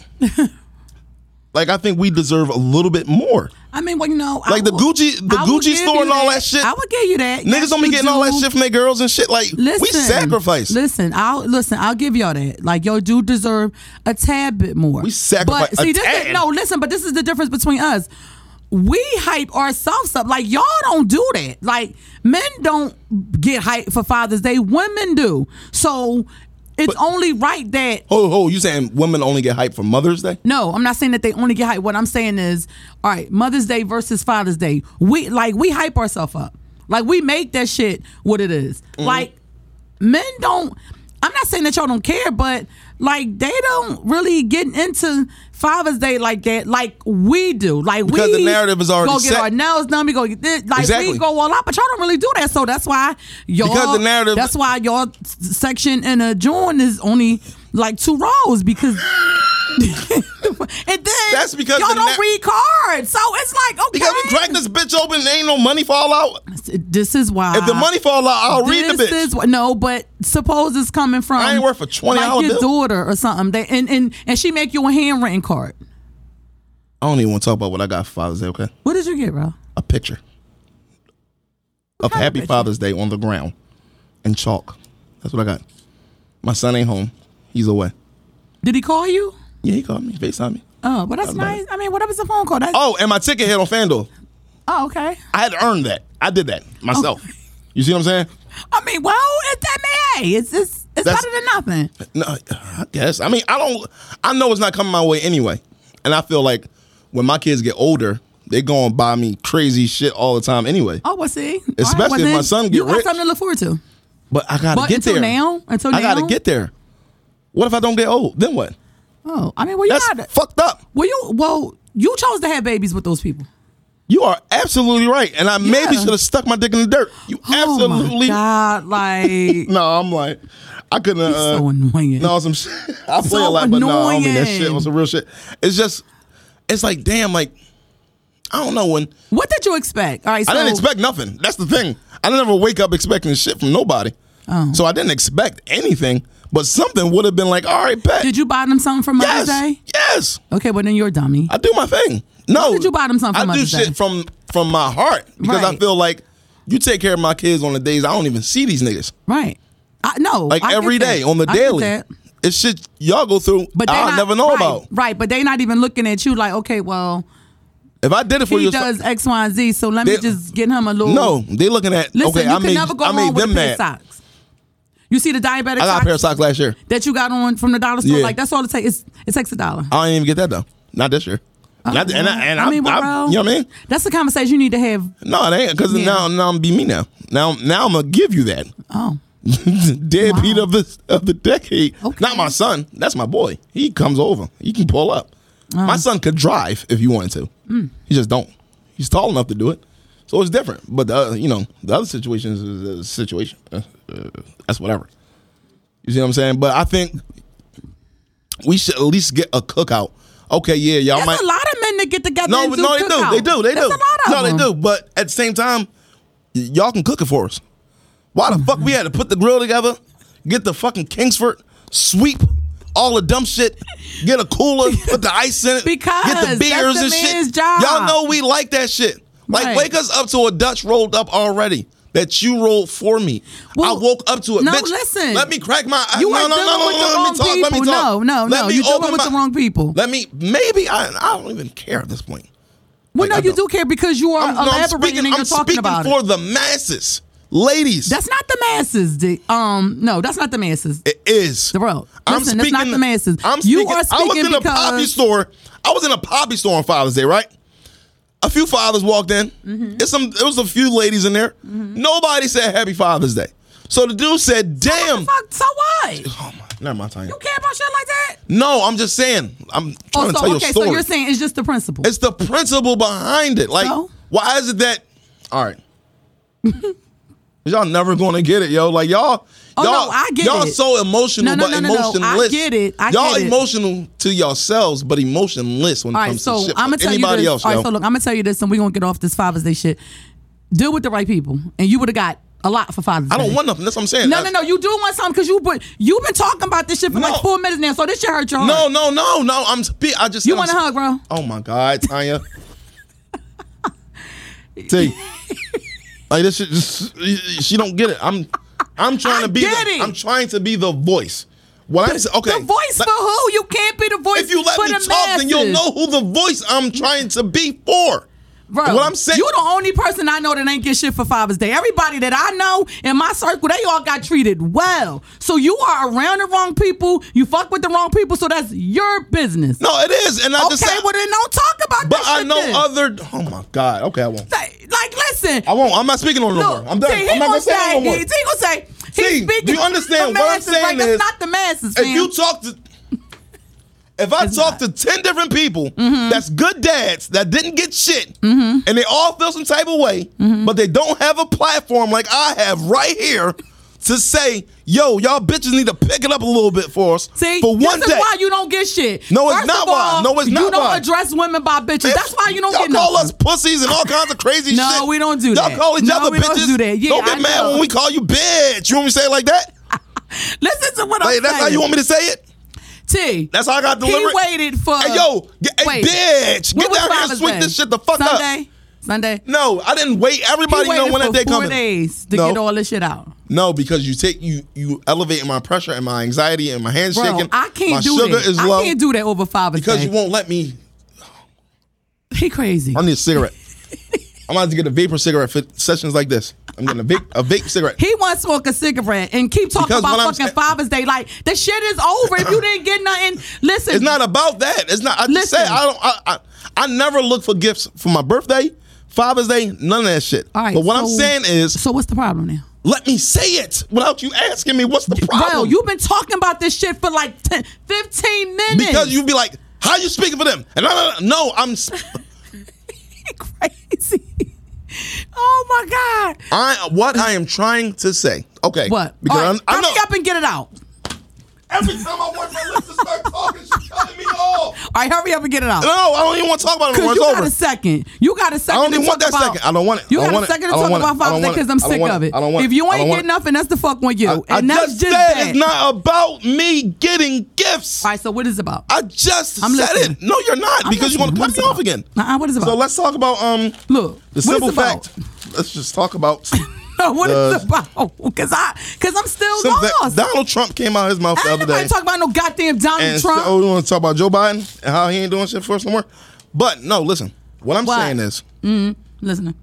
[SPEAKER 2] like I think we deserve a little bit more.
[SPEAKER 3] I mean, well, you know, I
[SPEAKER 2] Like the
[SPEAKER 3] will-
[SPEAKER 2] Gucci- the
[SPEAKER 3] I will
[SPEAKER 2] Gucci
[SPEAKER 3] give
[SPEAKER 2] store
[SPEAKER 3] you
[SPEAKER 2] and all that shit.
[SPEAKER 3] I would give you that.
[SPEAKER 2] Niggas don't be getting all that shit from their girls and shit. Like
[SPEAKER 3] Listen,
[SPEAKER 2] we sacrifice.
[SPEAKER 3] Listen, I'll listen. I'll give y'all that. Like y'all do deserve a tad bit more. We
[SPEAKER 2] sacrifice-
[SPEAKER 3] But
[SPEAKER 2] a
[SPEAKER 3] see, this
[SPEAKER 2] tad?
[SPEAKER 3] is, no, listen. But this is the difference between us. We hype ourselves up. Like y'all don't do that. Like men don't get hype for Father's Day. Women do. So it's only right that
[SPEAKER 2] Oh, oh, you saying women only get hyped for Mother's Day?
[SPEAKER 3] No, I'm not saying that they only get hype. What I'm saying is, all right, Mother's Day versus Father's Day. We like we hype ourselves up. Like we make that shit what it is.
[SPEAKER 2] Mm-hmm.
[SPEAKER 3] Like men don't I'm not saying that y'all don't care, but like they don't really get into Father's Day like that, like we do. Like
[SPEAKER 2] Because
[SPEAKER 3] we
[SPEAKER 2] the narrative is already
[SPEAKER 3] go get
[SPEAKER 2] set.
[SPEAKER 3] our nails done. We go get this. Like
[SPEAKER 2] Exactly.
[SPEAKER 3] we go all out, but y'all don't really do that. So that's why y'all.
[SPEAKER 2] Because the narrative-
[SPEAKER 3] That's why y'all s- section in a joint is only like two rows because and then
[SPEAKER 2] That's because
[SPEAKER 3] y'all
[SPEAKER 2] the
[SPEAKER 3] don't
[SPEAKER 2] na-
[SPEAKER 3] read cards, so it's like okay.
[SPEAKER 2] Because we crack this bitch open, there ain't no money fall out.
[SPEAKER 3] This is why.
[SPEAKER 2] If the money fall out, I'll read the
[SPEAKER 3] this
[SPEAKER 2] bitch.
[SPEAKER 3] is wh- no, but suppose it's coming from.
[SPEAKER 2] I ain't worth a $20
[SPEAKER 3] like your
[SPEAKER 2] bill.
[SPEAKER 3] daughter or something. They, and and and she make you a handwritten card.
[SPEAKER 2] I don't even want to talk about what I got for Father's Day. Okay,
[SPEAKER 3] What did you get, bro?
[SPEAKER 2] a picture of
[SPEAKER 3] kind of
[SPEAKER 2] Happy
[SPEAKER 3] picture?
[SPEAKER 2] Father's Day on the ground in chalk. That's what I got. My son ain't home. He's away.
[SPEAKER 3] Did he call you?
[SPEAKER 2] Yeah, he called me, Facetime me.
[SPEAKER 3] Oh, but that's
[SPEAKER 2] about
[SPEAKER 3] nice. I mean, whatever's a phone call. That's, oh.
[SPEAKER 2] Oh, and my ticket hit on Fanduel.
[SPEAKER 3] okay.
[SPEAKER 2] I had to earn that. I did that myself.
[SPEAKER 3] Oh.
[SPEAKER 2] You see what I'm saying?
[SPEAKER 3] I mean, well, it's that man. Hey, it's it's, it's
[SPEAKER 2] That's-
[SPEAKER 3] better than nothing.
[SPEAKER 2] No, I guess. I mean, I don't. I know it's not coming my way anyway, and I feel like when my kids get older, they gonna buy me crazy shit all the time anyway.
[SPEAKER 3] Oh, well, see, All right,
[SPEAKER 2] Especially
[SPEAKER 3] well,
[SPEAKER 2] if my
[SPEAKER 3] then
[SPEAKER 2] son get
[SPEAKER 3] you got
[SPEAKER 2] rich.
[SPEAKER 3] something to look forward to.
[SPEAKER 2] But I gotta
[SPEAKER 3] But
[SPEAKER 2] get
[SPEAKER 3] until
[SPEAKER 2] there
[SPEAKER 3] now- until
[SPEAKER 2] I gotta
[SPEAKER 3] now?
[SPEAKER 2] get there. What if I don't get old? Then what?
[SPEAKER 3] Oh, I mean, well, you
[SPEAKER 2] That's
[SPEAKER 3] got
[SPEAKER 2] fucked up.
[SPEAKER 3] well, you well, you chose to have babies with those people.
[SPEAKER 2] You are absolutely right, and I maybe
[SPEAKER 3] Yeah.
[SPEAKER 2] should have stuck my dick in the dirt. You absolutely.
[SPEAKER 3] Oh my God, like
[SPEAKER 2] No, I'm like, I couldn't. Uh,
[SPEAKER 3] so annoying.
[SPEAKER 2] No, some shit. I play a
[SPEAKER 3] So
[SPEAKER 2] lot, but no, I don't mean that
[SPEAKER 3] annoying.
[SPEAKER 2] shit. Was some real shit. It's just, it's like, damn, like, I don't know when.
[SPEAKER 3] What did you expect? All right, so
[SPEAKER 2] I didn't expect nothing. That's the thing. I didn't ever wake up expecting shit from nobody.
[SPEAKER 3] Oh.
[SPEAKER 2] So I didn't expect anything, but something would have been like, all right, bet.
[SPEAKER 3] Did you buy them something for
[SPEAKER 2] yes,
[SPEAKER 3] Mother's Day?
[SPEAKER 2] yes.
[SPEAKER 3] Okay, well then you're a dummy.
[SPEAKER 2] I do my thing. No,
[SPEAKER 3] did you buy them something
[SPEAKER 2] I
[SPEAKER 3] for
[SPEAKER 2] do
[SPEAKER 3] Mother's
[SPEAKER 2] shit
[SPEAKER 3] Day?
[SPEAKER 2] from from my heart because I
[SPEAKER 3] Right.
[SPEAKER 2] feel like you take care of my kids on the days I don't even see these niggas.
[SPEAKER 3] right. I, no,
[SPEAKER 2] Like
[SPEAKER 3] I get
[SPEAKER 2] every day
[SPEAKER 3] that.
[SPEAKER 2] on the
[SPEAKER 3] I get
[SPEAKER 2] daily.
[SPEAKER 3] that.
[SPEAKER 2] It's shit y'all go through. But
[SPEAKER 3] But they
[SPEAKER 2] I
[SPEAKER 3] not-
[SPEAKER 2] never know
[SPEAKER 3] right,
[SPEAKER 2] about.
[SPEAKER 3] Right, but they not even looking at you like, okay, well,
[SPEAKER 2] If I did it for
[SPEAKER 3] he
[SPEAKER 2] your
[SPEAKER 3] does X, Y, and Z, so let me
[SPEAKER 2] They-
[SPEAKER 3] just get him a little.
[SPEAKER 2] No, they looking at.
[SPEAKER 3] listen,
[SPEAKER 2] okay,
[SPEAKER 3] you
[SPEAKER 2] I
[SPEAKER 3] can
[SPEAKER 2] made,
[SPEAKER 3] never go
[SPEAKER 2] I made
[SPEAKER 3] wrong with
[SPEAKER 2] them
[SPEAKER 3] a pair of
[SPEAKER 2] mad.
[SPEAKER 3] socks. You see the diabetic
[SPEAKER 2] I got a pair of
[SPEAKER 3] socks
[SPEAKER 2] socks last year.
[SPEAKER 3] that you got on from the dollar store?
[SPEAKER 2] Yeah.
[SPEAKER 3] Like that's all it takes. It's, it takes a dollar.
[SPEAKER 2] I didn't even get that though. Not this year. Not, and I, and I,
[SPEAKER 3] Oh, mean,
[SPEAKER 2] I-
[SPEAKER 3] well,
[SPEAKER 2] you know what I mean?
[SPEAKER 3] That's the conversation you need to have.
[SPEAKER 2] No, it ain't because
[SPEAKER 3] Yeah.
[SPEAKER 2] now now I'm be me now. Now now I'm gonna give you that
[SPEAKER 3] Oh,
[SPEAKER 2] deadbeat
[SPEAKER 3] Wow.
[SPEAKER 2] of the of the decade.
[SPEAKER 3] Okay.
[SPEAKER 2] Not my son. That's my boy. He comes over. He can pull up.
[SPEAKER 3] Oh.
[SPEAKER 2] My son could drive if he wanted to.
[SPEAKER 3] Mm.
[SPEAKER 2] He just don't. He's tall enough to do it. So it's different. But the other, you know the other situation is a situation. Uh, uh, that's whatever. You see what I'm saying? But I think we should at least get a cookout. Okay, yeah, y'all
[SPEAKER 3] there's
[SPEAKER 2] might
[SPEAKER 3] a lot of men that get together.
[SPEAKER 2] no,
[SPEAKER 3] and
[SPEAKER 2] but
[SPEAKER 3] do
[SPEAKER 2] no, they
[SPEAKER 3] cookouts.
[SPEAKER 2] do. They do. They
[SPEAKER 3] There's
[SPEAKER 2] do.
[SPEAKER 3] A lot of
[SPEAKER 2] no,
[SPEAKER 3] them.
[SPEAKER 2] they do. But at the same time, y- y'all can cook it for us. Why the fuck we had to put the grill together, get the fucking Kingsford, sweep all the dumb shit, get a cooler, put the ice in it,
[SPEAKER 3] Because
[SPEAKER 2] get the
[SPEAKER 3] that's
[SPEAKER 2] beers
[SPEAKER 3] the
[SPEAKER 2] and
[SPEAKER 3] man's
[SPEAKER 2] shit.
[SPEAKER 3] job.
[SPEAKER 2] Y'all know we like that shit. Like
[SPEAKER 3] Right.
[SPEAKER 2] wake us up to a Dutch rolled up already. That you rolled for me.
[SPEAKER 3] Well,
[SPEAKER 2] I woke up to it.
[SPEAKER 3] no,
[SPEAKER 2] Bitch,
[SPEAKER 3] listen.
[SPEAKER 2] Let me crack my eyes.
[SPEAKER 3] You
[SPEAKER 2] no,
[SPEAKER 3] are
[SPEAKER 2] no,
[SPEAKER 3] dealing
[SPEAKER 2] no, no,
[SPEAKER 3] with the
[SPEAKER 2] no,
[SPEAKER 3] wrong
[SPEAKER 2] let me talk, Let me
[SPEAKER 3] people.
[SPEAKER 2] talk.
[SPEAKER 3] No, no,
[SPEAKER 2] Let
[SPEAKER 3] no.
[SPEAKER 2] me
[SPEAKER 3] You're dealing
[SPEAKER 2] open
[SPEAKER 3] with the wrong people.
[SPEAKER 2] Let me maybe I I don't even care at this point.
[SPEAKER 3] Well,
[SPEAKER 2] Like, I
[SPEAKER 3] no, you
[SPEAKER 2] don't-
[SPEAKER 3] do care because you are
[SPEAKER 2] I'm, no, I'm
[SPEAKER 3] elaborating
[SPEAKER 2] speaking,
[SPEAKER 3] and you're
[SPEAKER 2] I'm
[SPEAKER 3] talking
[SPEAKER 2] speaking
[SPEAKER 3] about
[SPEAKER 2] for
[SPEAKER 3] it.
[SPEAKER 2] the masses, ladies.
[SPEAKER 3] That's not the masses. Dick. Um, no, that's not the masses.
[SPEAKER 2] it is
[SPEAKER 3] The road.
[SPEAKER 2] I'm
[SPEAKER 3] Listen, it's not
[SPEAKER 2] speaking-
[SPEAKER 3] the masses.
[SPEAKER 2] I'm
[SPEAKER 3] You
[SPEAKER 2] speaking,
[SPEAKER 3] are
[SPEAKER 2] I was
[SPEAKER 3] speaking
[SPEAKER 2] in a poppy
[SPEAKER 3] because-
[SPEAKER 2] store. I was in a poppy store on Father's Day, right? A few fathers walked in.
[SPEAKER 3] Mm-hmm.
[SPEAKER 2] It's some. There was a few ladies in there. Nobody said Happy Father's Day. So the dude said, "Damn."
[SPEAKER 3] Fuck. So what? You
[SPEAKER 2] Oh my, never mind, Tanya.
[SPEAKER 3] care about shit like that?
[SPEAKER 2] No, I'm just saying. I'm trying to
[SPEAKER 3] Oh, so,
[SPEAKER 2] tell you a
[SPEAKER 3] okay,
[SPEAKER 2] story.
[SPEAKER 3] so you're saying it's just the principle.
[SPEAKER 2] It's the principle behind it. Like,
[SPEAKER 3] So?
[SPEAKER 2] why is it that? All right. y'all never gonna get it, yo. Like y'all,
[SPEAKER 3] Oh,
[SPEAKER 2] y'all,
[SPEAKER 3] no, I get
[SPEAKER 2] y'all
[SPEAKER 3] it.
[SPEAKER 2] so emotional,
[SPEAKER 3] No,
[SPEAKER 2] but
[SPEAKER 3] no, no, no, no.
[SPEAKER 2] emotionless.
[SPEAKER 3] I get it. I
[SPEAKER 2] y'all
[SPEAKER 3] get it.
[SPEAKER 2] emotional to yourselves, but emotionless when it
[SPEAKER 3] All right,
[SPEAKER 2] comes
[SPEAKER 3] so
[SPEAKER 2] to shit.
[SPEAKER 3] I'm gonna
[SPEAKER 2] Fuck
[SPEAKER 3] tell
[SPEAKER 2] anybody
[SPEAKER 3] you this.
[SPEAKER 2] else,
[SPEAKER 3] All
[SPEAKER 2] yo.
[SPEAKER 3] right, so look, I'm gonna tell you this, and we're gonna get off this Father's Day shit. Deal with the right people, and you would have got a lot for Father's
[SPEAKER 2] I
[SPEAKER 3] Day.
[SPEAKER 2] don't want nothing. That's what I'm saying.
[SPEAKER 3] No,
[SPEAKER 2] I-
[SPEAKER 3] no, no. You do want something because you but you've been talking about this shit for
[SPEAKER 2] No.
[SPEAKER 3] like four minutes now, so this shit hurt your
[SPEAKER 2] no,
[SPEAKER 3] heart.
[SPEAKER 2] no, no, no. I'm. spe- I just.
[SPEAKER 3] You
[SPEAKER 2] I'm
[SPEAKER 3] want a
[SPEAKER 2] sp-
[SPEAKER 3] hug, bro?
[SPEAKER 2] Oh my God, Tanya. T. Like this shit just she don't get it. I'm I'm trying
[SPEAKER 3] I
[SPEAKER 2] to be
[SPEAKER 3] get
[SPEAKER 2] the,
[SPEAKER 3] it.
[SPEAKER 2] I'm trying to be the voice. What I'm sa- okay.
[SPEAKER 3] The voice
[SPEAKER 2] like,
[SPEAKER 3] for who? You can't be the voice.
[SPEAKER 2] if you let
[SPEAKER 3] for
[SPEAKER 2] me
[SPEAKER 3] the
[SPEAKER 2] talk, then you'll
[SPEAKER 3] masses.
[SPEAKER 2] know who the voice I'm trying to be for.
[SPEAKER 3] Bro,
[SPEAKER 2] What I'm saying-
[SPEAKER 3] you the only person I know that ain't get shit for Father's Day. Everybody that I know in my circle, they all got treated well. So you are around the wrong people. You fuck with the wrong people. So that's your business.
[SPEAKER 2] No, it is, and I
[SPEAKER 3] okay,
[SPEAKER 2] just said,
[SPEAKER 3] well then don't talk about
[SPEAKER 2] but
[SPEAKER 3] that
[SPEAKER 2] I
[SPEAKER 3] shit
[SPEAKER 2] know
[SPEAKER 3] then.
[SPEAKER 2] other. Oh my God. Okay, I won't.
[SPEAKER 3] Say- Like, listen.
[SPEAKER 2] I won't. I'm not speaking on it no
[SPEAKER 3] Look,
[SPEAKER 2] more. I'm done.
[SPEAKER 3] see, he
[SPEAKER 2] I'm not
[SPEAKER 3] gonna
[SPEAKER 2] gonna say
[SPEAKER 3] say,
[SPEAKER 2] it no more.
[SPEAKER 3] He, he gonna say. He's
[SPEAKER 2] See,
[SPEAKER 3] speaking
[SPEAKER 2] do you understand
[SPEAKER 3] the
[SPEAKER 2] what I'm
[SPEAKER 3] masses, like,
[SPEAKER 2] saying
[SPEAKER 3] that's
[SPEAKER 2] is,
[SPEAKER 3] not the masses,
[SPEAKER 2] if
[SPEAKER 3] fam.
[SPEAKER 2] you talk to if I talk to 10 different people
[SPEAKER 3] Mm-hmm.
[SPEAKER 2] that's good dads that didn't get shit and they all feel some type of way,
[SPEAKER 3] Mm-hmm.
[SPEAKER 2] but they don't have a platform like I have right here to say, yo, y'all bitches need to pick it up a little bit for us
[SPEAKER 3] See,
[SPEAKER 2] for one
[SPEAKER 3] this
[SPEAKER 2] day.
[SPEAKER 3] is why you don't get shit.
[SPEAKER 2] No, it's
[SPEAKER 3] First
[SPEAKER 2] not
[SPEAKER 3] of
[SPEAKER 2] why.
[SPEAKER 3] all,
[SPEAKER 2] No, it's not
[SPEAKER 3] You don't
[SPEAKER 2] why.
[SPEAKER 3] address women by bitches. That's why you don't
[SPEAKER 2] y'all
[SPEAKER 3] get
[SPEAKER 2] call
[SPEAKER 3] nothing.
[SPEAKER 2] us pussies and all kinds of crazy
[SPEAKER 3] No,
[SPEAKER 2] shit.
[SPEAKER 3] we don't do
[SPEAKER 2] Y'all
[SPEAKER 3] that.
[SPEAKER 2] call each
[SPEAKER 3] No,
[SPEAKER 2] other
[SPEAKER 3] we
[SPEAKER 2] bitches.
[SPEAKER 3] don't do that. Yeah,
[SPEAKER 2] don't get
[SPEAKER 3] I
[SPEAKER 2] mad
[SPEAKER 3] know.
[SPEAKER 2] when we call you bitch. You want me to say it like that?
[SPEAKER 3] Listen to what I'm
[SPEAKER 2] Like, that's
[SPEAKER 3] saying.
[SPEAKER 2] how you want me to say it?
[SPEAKER 3] T.
[SPEAKER 2] That's how I got delivered.
[SPEAKER 3] He waited for.
[SPEAKER 2] Hey, yo, get, hey,
[SPEAKER 3] Uh, Wait.
[SPEAKER 2] bitch,
[SPEAKER 3] When
[SPEAKER 2] get
[SPEAKER 3] was
[SPEAKER 2] down here and
[SPEAKER 3] Father's
[SPEAKER 2] switch
[SPEAKER 3] Day?
[SPEAKER 2] this shit the fuck up.
[SPEAKER 3] Sunday? Sunday.
[SPEAKER 2] No, I didn't wait. Everybody
[SPEAKER 3] he
[SPEAKER 2] know
[SPEAKER 3] waited
[SPEAKER 2] when
[SPEAKER 3] for
[SPEAKER 2] that day
[SPEAKER 3] four
[SPEAKER 2] coming.
[SPEAKER 3] days to
[SPEAKER 2] No.
[SPEAKER 3] get all this shit out.
[SPEAKER 2] No, because you take you you elevate my pressure and my anxiety and my hands
[SPEAKER 3] Bro,
[SPEAKER 2] shaking.
[SPEAKER 3] I can't
[SPEAKER 2] my
[SPEAKER 3] do
[SPEAKER 2] sugar
[SPEAKER 3] that.
[SPEAKER 2] is
[SPEAKER 3] I
[SPEAKER 2] low
[SPEAKER 3] can't do that over Father's
[SPEAKER 2] because
[SPEAKER 3] Day.
[SPEAKER 2] you won't let me.
[SPEAKER 3] he crazy.
[SPEAKER 2] I need a cigarette. I'm about to get a vapor cigarette for sessions like this. I'm getting a vape a vape cigarette.
[SPEAKER 3] He wants to smoke a cigarette and keep talking
[SPEAKER 2] Because
[SPEAKER 3] about
[SPEAKER 2] what I'm
[SPEAKER 3] fucking
[SPEAKER 2] saying-
[SPEAKER 3] Father's Day. Like the shit is over. If you didn't get nothing, listen.
[SPEAKER 2] It's not about that. It's not. I just
[SPEAKER 3] Listen.
[SPEAKER 2] said I don't. I, I I never look for gifts for my birthday, Father's Day, none of that shit.
[SPEAKER 3] All right,
[SPEAKER 2] but what I'm
[SPEAKER 3] so-
[SPEAKER 2] saying is,
[SPEAKER 3] So what's the problem now?
[SPEAKER 2] let me say it without you asking me what's the problem.
[SPEAKER 3] Bro, you've been talking about this shit for like 10, 15 minutes.
[SPEAKER 2] because you'd be like, "How you speaking for them?" And I, no, I'm s-
[SPEAKER 3] crazy. Oh my god.
[SPEAKER 2] I what I am trying to say. Okay.
[SPEAKER 3] What?
[SPEAKER 2] Because
[SPEAKER 3] All right,
[SPEAKER 2] I, I
[SPEAKER 3] hurry
[SPEAKER 2] know
[SPEAKER 3] up and get it out.
[SPEAKER 2] every time I want my lips to start talking, she's cutting me off.
[SPEAKER 3] All right, hurry up and get it out.
[SPEAKER 2] No, I don't even want to talk about it anymore.
[SPEAKER 3] Because
[SPEAKER 2] It's
[SPEAKER 3] you got
[SPEAKER 2] Uh, over.
[SPEAKER 3] a second. You got a second.
[SPEAKER 2] I don't
[SPEAKER 3] to
[SPEAKER 2] even want
[SPEAKER 3] talk
[SPEAKER 2] that
[SPEAKER 3] about-
[SPEAKER 2] second. I don't want it.
[SPEAKER 3] You
[SPEAKER 2] I don't
[SPEAKER 3] got
[SPEAKER 2] want
[SPEAKER 3] a
[SPEAKER 2] it.
[SPEAKER 3] second
[SPEAKER 2] I
[SPEAKER 3] to
[SPEAKER 2] don't
[SPEAKER 3] talk
[SPEAKER 2] want it.
[SPEAKER 3] about
[SPEAKER 2] I don't
[SPEAKER 3] Father's
[SPEAKER 2] want
[SPEAKER 3] Day
[SPEAKER 2] it.
[SPEAKER 3] because I'm
[SPEAKER 2] I don't
[SPEAKER 3] sick
[SPEAKER 2] want
[SPEAKER 3] of
[SPEAKER 2] it.
[SPEAKER 3] it.
[SPEAKER 2] I don't want
[SPEAKER 3] If
[SPEAKER 2] it.
[SPEAKER 3] you
[SPEAKER 2] I
[SPEAKER 3] ain't
[SPEAKER 2] don't
[SPEAKER 3] get
[SPEAKER 2] want it.
[SPEAKER 3] nothing, that's the fuck on you.
[SPEAKER 2] I
[SPEAKER 3] and that's
[SPEAKER 2] just
[SPEAKER 3] just
[SPEAKER 2] said
[SPEAKER 3] that.
[SPEAKER 2] it's not about me getting gifts.
[SPEAKER 3] All right, so what is it about?
[SPEAKER 2] I just
[SPEAKER 3] I'm
[SPEAKER 2] said
[SPEAKER 3] listening.
[SPEAKER 2] it. No, you're not
[SPEAKER 3] I'm
[SPEAKER 2] because you're going to
[SPEAKER 3] listening.
[SPEAKER 2] cut me off
[SPEAKER 3] What is it
[SPEAKER 2] again.
[SPEAKER 3] about? Uh-uh, what is it
[SPEAKER 2] So
[SPEAKER 3] about?
[SPEAKER 2] let's talk about um
[SPEAKER 3] Look,
[SPEAKER 2] the
[SPEAKER 3] what
[SPEAKER 2] simple
[SPEAKER 3] is it about?
[SPEAKER 2] fact. Let's just talk about
[SPEAKER 3] No, what is
[SPEAKER 2] Uh,
[SPEAKER 3] it about? Because I, because I'm still
[SPEAKER 2] some that-
[SPEAKER 3] lost.
[SPEAKER 2] Donald Trump came out of his mouth the
[SPEAKER 3] Ain't
[SPEAKER 2] other
[SPEAKER 3] nobody
[SPEAKER 2] day.
[SPEAKER 3] talking about no goddamn Donald
[SPEAKER 2] and
[SPEAKER 3] Trump.
[SPEAKER 2] so we want to talk about Joe Biden and how he ain't doing shit for us no more. But no, listen, what I'm
[SPEAKER 3] What?
[SPEAKER 2] saying is,
[SPEAKER 3] Listen,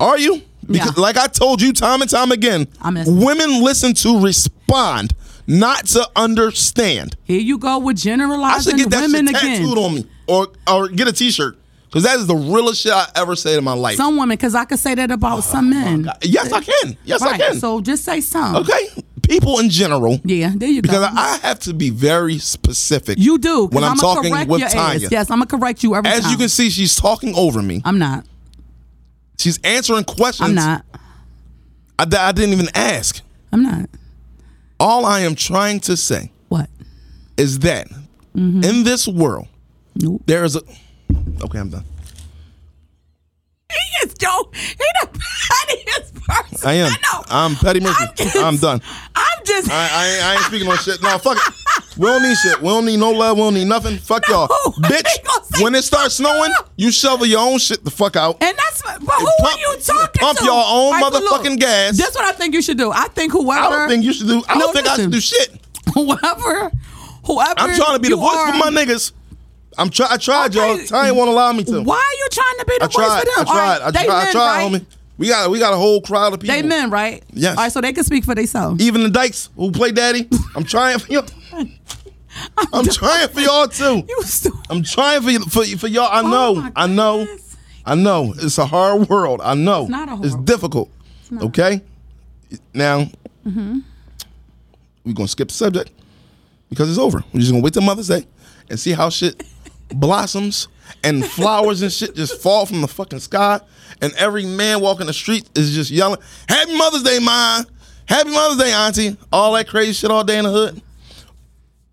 [SPEAKER 2] are you? Because
[SPEAKER 3] Yeah.
[SPEAKER 2] like I told you time and time again,
[SPEAKER 3] I'm listening.
[SPEAKER 2] women listen to respond, not to understand.
[SPEAKER 3] here you go
[SPEAKER 2] I
[SPEAKER 3] with
[SPEAKER 2] should
[SPEAKER 3] generalizing
[SPEAKER 2] get that
[SPEAKER 3] women
[SPEAKER 2] shit
[SPEAKER 3] again.
[SPEAKER 2] tattooed on me or or get a t-shirt because that is the realest shit I ever said in my life.
[SPEAKER 3] Some women, because I could say that about
[SPEAKER 2] Oh
[SPEAKER 3] some men.
[SPEAKER 2] yes, I can. Yes, I
[SPEAKER 3] Right.
[SPEAKER 2] can.
[SPEAKER 3] So just say some.
[SPEAKER 2] okay, people in general.
[SPEAKER 3] Yeah, there you
[SPEAKER 2] Because
[SPEAKER 3] go.
[SPEAKER 2] I have to be very specific.
[SPEAKER 3] you do. 'cause
[SPEAKER 2] when I'm,
[SPEAKER 3] I'ma
[SPEAKER 2] talking
[SPEAKER 3] correct
[SPEAKER 2] with
[SPEAKER 3] your
[SPEAKER 2] Tanya.
[SPEAKER 3] Ass. Yes, I'm gonna correct you every
[SPEAKER 2] As
[SPEAKER 3] time.
[SPEAKER 2] you can see, she's talking over me.
[SPEAKER 3] I'm not.
[SPEAKER 2] She's answering questions.
[SPEAKER 3] I'm not.
[SPEAKER 2] I, that I didn't even ask.
[SPEAKER 3] I'm not.
[SPEAKER 2] All I am trying to say
[SPEAKER 3] What?
[SPEAKER 2] is that
[SPEAKER 3] Mm-hmm.
[SPEAKER 2] in this world,
[SPEAKER 3] Nope.
[SPEAKER 2] there is a. Okay, I'm done.
[SPEAKER 3] He is yo. He the pettiest person.
[SPEAKER 2] I am.
[SPEAKER 3] I know.
[SPEAKER 2] I'm Petty Murphy. I'm,
[SPEAKER 3] just-
[SPEAKER 2] done.
[SPEAKER 3] I'm just.
[SPEAKER 2] I, I, ain't- I ain't speaking on shit. No, fuck it. We don't need shit. We don't need no love. We don't need nothing. Fuck y'all.
[SPEAKER 3] I ain't gonna
[SPEAKER 2] Bitch,
[SPEAKER 3] say
[SPEAKER 2] when it starts snowing,
[SPEAKER 3] up.
[SPEAKER 2] you shovel your own shit the fuck out.
[SPEAKER 3] and that's but who
[SPEAKER 2] Pump-
[SPEAKER 3] are you talking
[SPEAKER 2] pump
[SPEAKER 3] to?
[SPEAKER 2] your own
[SPEAKER 3] All right, but look,
[SPEAKER 2] motherfucking gas.
[SPEAKER 3] That's what I think you should do. I think whoever,
[SPEAKER 2] I don't think you should do. I don't
[SPEAKER 3] No,
[SPEAKER 2] think I should do shit.
[SPEAKER 3] whoever, whoever.
[SPEAKER 2] I'm trying to be the
[SPEAKER 3] you
[SPEAKER 2] voice
[SPEAKER 3] are,
[SPEAKER 2] for my niggas. I'm try. I tried
[SPEAKER 3] Okay.
[SPEAKER 2] y'all. Ty ain't want to allow me to.
[SPEAKER 3] Why are you trying to be the
[SPEAKER 2] I tried.
[SPEAKER 3] voice
[SPEAKER 2] I
[SPEAKER 3] for them? All
[SPEAKER 2] tried.
[SPEAKER 3] right,
[SPEAKER 2] I
[SPEAKER 3] they
[SPEAKER 2] tried. I
[SPEAKER 3] men,
[SPEAKER 2] tried,
[SPEAKER 3] right?
[SPEAKER 2] homie. We got we got a whole crowd of people.
[SPEAKER 3] They men, right?
[SPEAKER 2] Yes. E-
[SPEAKER 3] All right, so they can speak for themselves.
[SPEAKER 2] Even the Dykes who play daddy. I'm trying for you. I'm trying for y'all too.
[SPEAKER 3] You stupid.
[SPEAKER 2] I'm trying for you, for, for y'all. I
[SPEAKER 3] Oh
[SPEAKER 2] know.
[SPEAKER 3] my
[SPEAKER 2] I know.
[SPEAKER 3] goodness.
[SPEAKER 2] I know. It's a hard world. I know. It's
[SPEAKER 3] not a hard
[SPEAKER 2] It's
[SPEAKER 3] world.
[SPEAKER 2] difficult. Okay. Now
[SPEAKER 3] Mm-hmm.
[SPEAKER 2] we're gonna skip the subject because it's over. We're just gonna wait till Mother's Day and see how shit blossoms and flowers and shit just fall from the fucking sky and every man walking the street is just yelling, "Happy Mother's Day, ma! Happy Mother's Day, auntie!" All that crazy shit all day in the hood.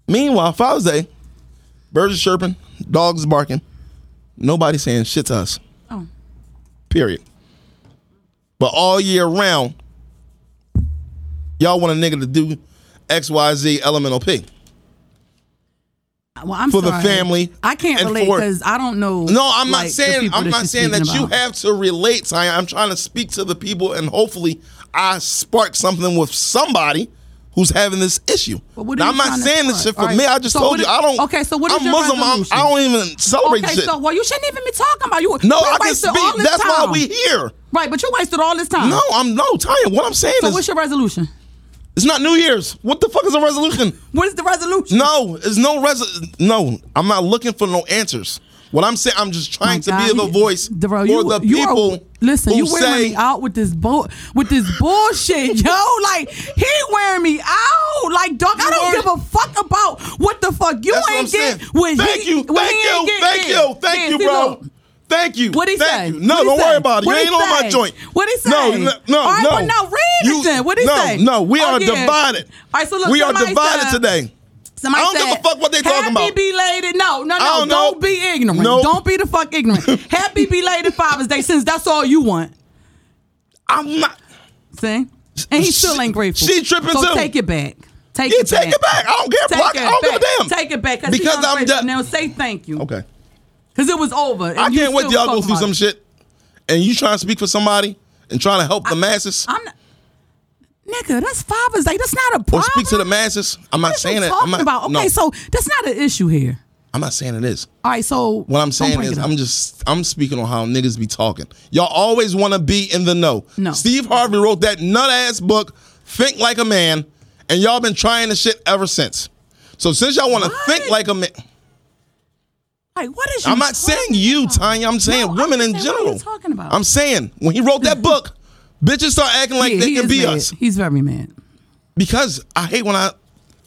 [SPEAKER 2] Meanwhile, Father's Day, birds are chirping, dogs are barking, nobody saying shit to us.
[SPEAKER 3] Oh.
[SPEAKER 2] Period. But all year round, y'all want a nigga to do X, Y, Z, elemental P.
[SPEAKER 3] Well, I'm
[SPEAKER 2] For the
[SPEAKER 3] sorry.
[SPEAKER 2] family
[SPEAKER 3] I can't
[SPEAKER 2] and
[SPEAKER 3] relate
[SPEAKER 2] for-
[SPEAKER 3] because I don't know.
[SPEAKER 2] No, I'm not
[SPEAKER 3] like, the
[SPEAKER 2] saying
[SPEAKER 3] people
[SPEAKER 2] I'm not
[SPEAKER 3] you're
[SPEAKER 2] saying that
[SPEAKER 3] speaking
[SPEAKER 2] you
[SPEAKER 3] about.
[SPEAKER 2] have to relate, Tanya. I'm trying to speak to the people and hopefully I spark something with somebody who's having this issue.
[SPEAKER 3] But what are
[SPEAKER 2] now,
[SPEAKER 3] you
[SPEAKER 2] I'm not
[SPEAKER 3] trying to
[SPEAKER 2] saying this
[SPEAKER 3] spark?
[SPEAKER 2] shit for
[SPEAKER 3] All right.
[SPEAKER 2] me. I just
[SPEAKER 3] So
[SPEAKER 2] told
[SPEAKER 3] what
[SPEAKER 2] you
[SPEAKER 3] is-
[SPEAKER 2] I don't.
[SPEAKER 3] okay, so what is
[SPEAKER 2] I'm
[SPEAKER 3] your
[SPEAKER 2] Muslim. I'm,
[SPEAKER 3] resolution?
[SPEAKER 2] I don't even celebrate
[SPEAKER 3] Okay,
[SPEAKER 2] shit.
[SPEAKER 3] so well, you shouldn't even be talking about you.
[SPEAKER 2] no,
[SPEAKER 3] we
[SPEAKER 2] I can
[SPEAKER 3] wasted
[SPEAKER 2] speak.
[SPEAKER 3] all this
[SPEAKER 2] That's
[SPEAKER 3] time.
[SPEAKER 2] why we here.
[SPEAKER 3] Right, but you wasted all this time.
[SPEAKER 2] No, I'm no Tanya. What I'm saying
[SPEAKER 3] So
[SPEAKER 2] is
[SPEAKER 3] what's your resolution?
[SPEAKER 2] it's not New Year's. What the fuck is a resolution?
[SPEAKER 3] What is the resolution?
[SPEAKER 2] No, there's no res. No, I'm not looking for no answers. What I'm saying, I'm just trying to be the voice
[SPEAKER 3] Darrell,
[SPEAKER 2] for the
[SPEAKER 3] you are-
[SPEAKER 2] people
[SPEAKER 3] listen,
[SPEAKER 2] who
[SPEAKER 3] you wearing
[SPEAKER 2] say
[SPEAKER 3] me out with this bull, with this bullshit, yo. Like he wearing me out. Like dog, I don't
[SPEAKER 2] wearing-
[SPEAKER 3] give a fuck about what the fuck you
[SPEAKER 2] that's what I'm
[SPEAKER 3] ain't get.
[SPEAKER 2] saying.
[SPEAKER 3] When
[SPEAKER 2] thank
[SPEAKER 3] he,
[SPEAKER 2] you,
[SPEAKER 3] when
[SPEAKER 2] thank
[SPEAKER 3] he
[SPEAKER 2] you,
[SPEAKER 3] ain't get
[SPEAKER 2] thank
[SPEAKER 3] this.
[SPEAKER 2] you, thank
[SPEAKER 3] Yeah,
[SPEAKER 2] you,
[SPEAKER 3] see,
[SPEAKER 2] bro.
[SPEAKER 3] look.
[SPEAKER 2] Thank you.
[SPEAKER 3] What he
[SPEAKER 2] thank
[SPEAKER 3] say?
[SPEAKER 2] You. No,
[SPEAKER 3] What he
[SPEAKER 2] don't
[SPEAKER 3] say?
[SPEAKER 2] worry about it.
[SPEAKER 3] What
[SPEAKER 2] you
[SPEAKER 3] he
[SPEAKER 2] ain't on my
[SPEAKER 3] say?
[SPEAKER 2] joint.
[SPEAKER 3] What he say?
[SPEAKER 2] No, no, no.
[SPEAKER 3] All right,
[SPEAKER 2] no.
[SPEAKER 3] well, now read
[SPEAKER 2] You-
[SPEAKER 3] it then. What he
[SPEAKER 2] no,
[SPEAKER 3] say?
[SPEAKER 2] No, we
[SPEAKER 3] Oh,
[SPEAKER 2] are
[SPEAKER 3] yeah.
[SPEAKER 2] divided.
[SPEAKER 3] All right, so look,
[SPEAKER 2] we are
[SPEAKER 3] somebody
[SPEAKER 2] divided
[SPEAKER 3] said-
[SPEAKER 2] today.
[SPEAKER 3] Somebody
[SPEAKER 2] I don't give
[SPEAKER 3] said,
[SPEAKER 2] a fuck what they talking about."
[SPEAKER 3] Happy belated. No, no, no.
[SPEAKER 2] I
[SPEAKER 3] Don't,
[SPEAKER 2] don't know.
[SPEAKER 3] be ignorant.
[SPEAKER 2] Nope.
[SPEAKER 3] Don't be the fuck ignorant. happy belated Father's Day since that's all you want.
[SPEAKER 2] I'm not.
[SPEAKER 3] See? And he still ain't grateful.
[SPEAKER 2] She tripping
[SPEAKER 3] so
[SPEAKER 2] too.
[SPEAKER 3] take it back. Take
[SPEAKER 2] Yeah,
[SPEAKER 3] it back.
[SPEAKER 2] take it back. I don't care.
[SPEAKER 3] Take
[SPEAKER 2] block.
[SPEAKER 3] it
[SPEAKER 2] I don't
[SPEAKER 3] back.
[SPEAKER 2] give a damn.
[SPEAKER 3] Take it back.
[SPEAKER 2] Because
[SPEAKER 3] Because
[SPEAKER 2] I'm
[SPEAKER 3] I'm
[SPEAKER 2] done.
[SPEAKER 3] Now say thank you.
[SPEAKER 2] Okay.
[SPEAKER 3] Because it was over. and
[SPEAKER 2] I
[SPEAKER 3] you
[SPEAKER 2] can't wait till
[SPEAKER 3] still
[SPEAKER 2] y'all go through
[SPEAKER 3] talking about
[SPEAKER 2] some
[SPEAKER 3] it.
[SPEAKER 2] shit, and you trying to speak for somebody and trying to help the masses
[SPEAKER 3] I'm not. Nigga, that's Father's Day. That's not a problem.
[SPEAKER 2] or speak to the masses. I'm not
[SPEAKER 3] What are you
[SPEAKER 2] saying that. I'm
[SPEAKER 3] talking
[SPEAKER 2] not,
[SPEAKER 3] about? Okay,
[SPEAKER 2] no,
[SPEAKER 3] so that's not an issue here.
[SPEAKER 2] I'm not saying it is.
[SPEAKER 3] All right, so
[SPEAKER 2] What I'm saying
[SPEAKER 3] don't bring
[SPEAKER 2] is,
[SPEAKER 3] it up.
[SPEAKER 2] I'm just I'm speaking on how niggas be talking. Y'all always want to be in the know.
[SPEAKER 3] No.
[SPEAKER 2] Steve Harvey wrote that nut ass book, Think Like a Man, and y'all been trying the shit ever since. So since y'all want to
[SPEAKER 3] What?
[SPEAKER 2] think like a man,
[SPEAKER 3] like, what is? You
[SPEAKER 2] I'm not
[SPEAKER 3] talking
[SPEAKER 2] saying you,
[SPEAKER 3] about?
[SPEAKER 2] Tanya. I'm saying
[SPEAKER 3] No, I
[SPEAKER 2] women in
[SPEAKER 3] understand what
[SPEAKER 2] general.
[SPEAKER 3] you're talking about.
[SPEAKER 2] I'm saying when he wrote that book, bitches start acting like
[SPEAKER 3] Yeah,
[SPEAKER 2] they
[SPEAKER 3] he
[SPEAKER 2] can
[SPEAKER 3] is
[SPEAKER 2] be
[SPEAKER 3] mad.
[SPEAKER 2] us.
[SPEAKER 3] He's very mad.
[SPEAKER 2] because I hate when I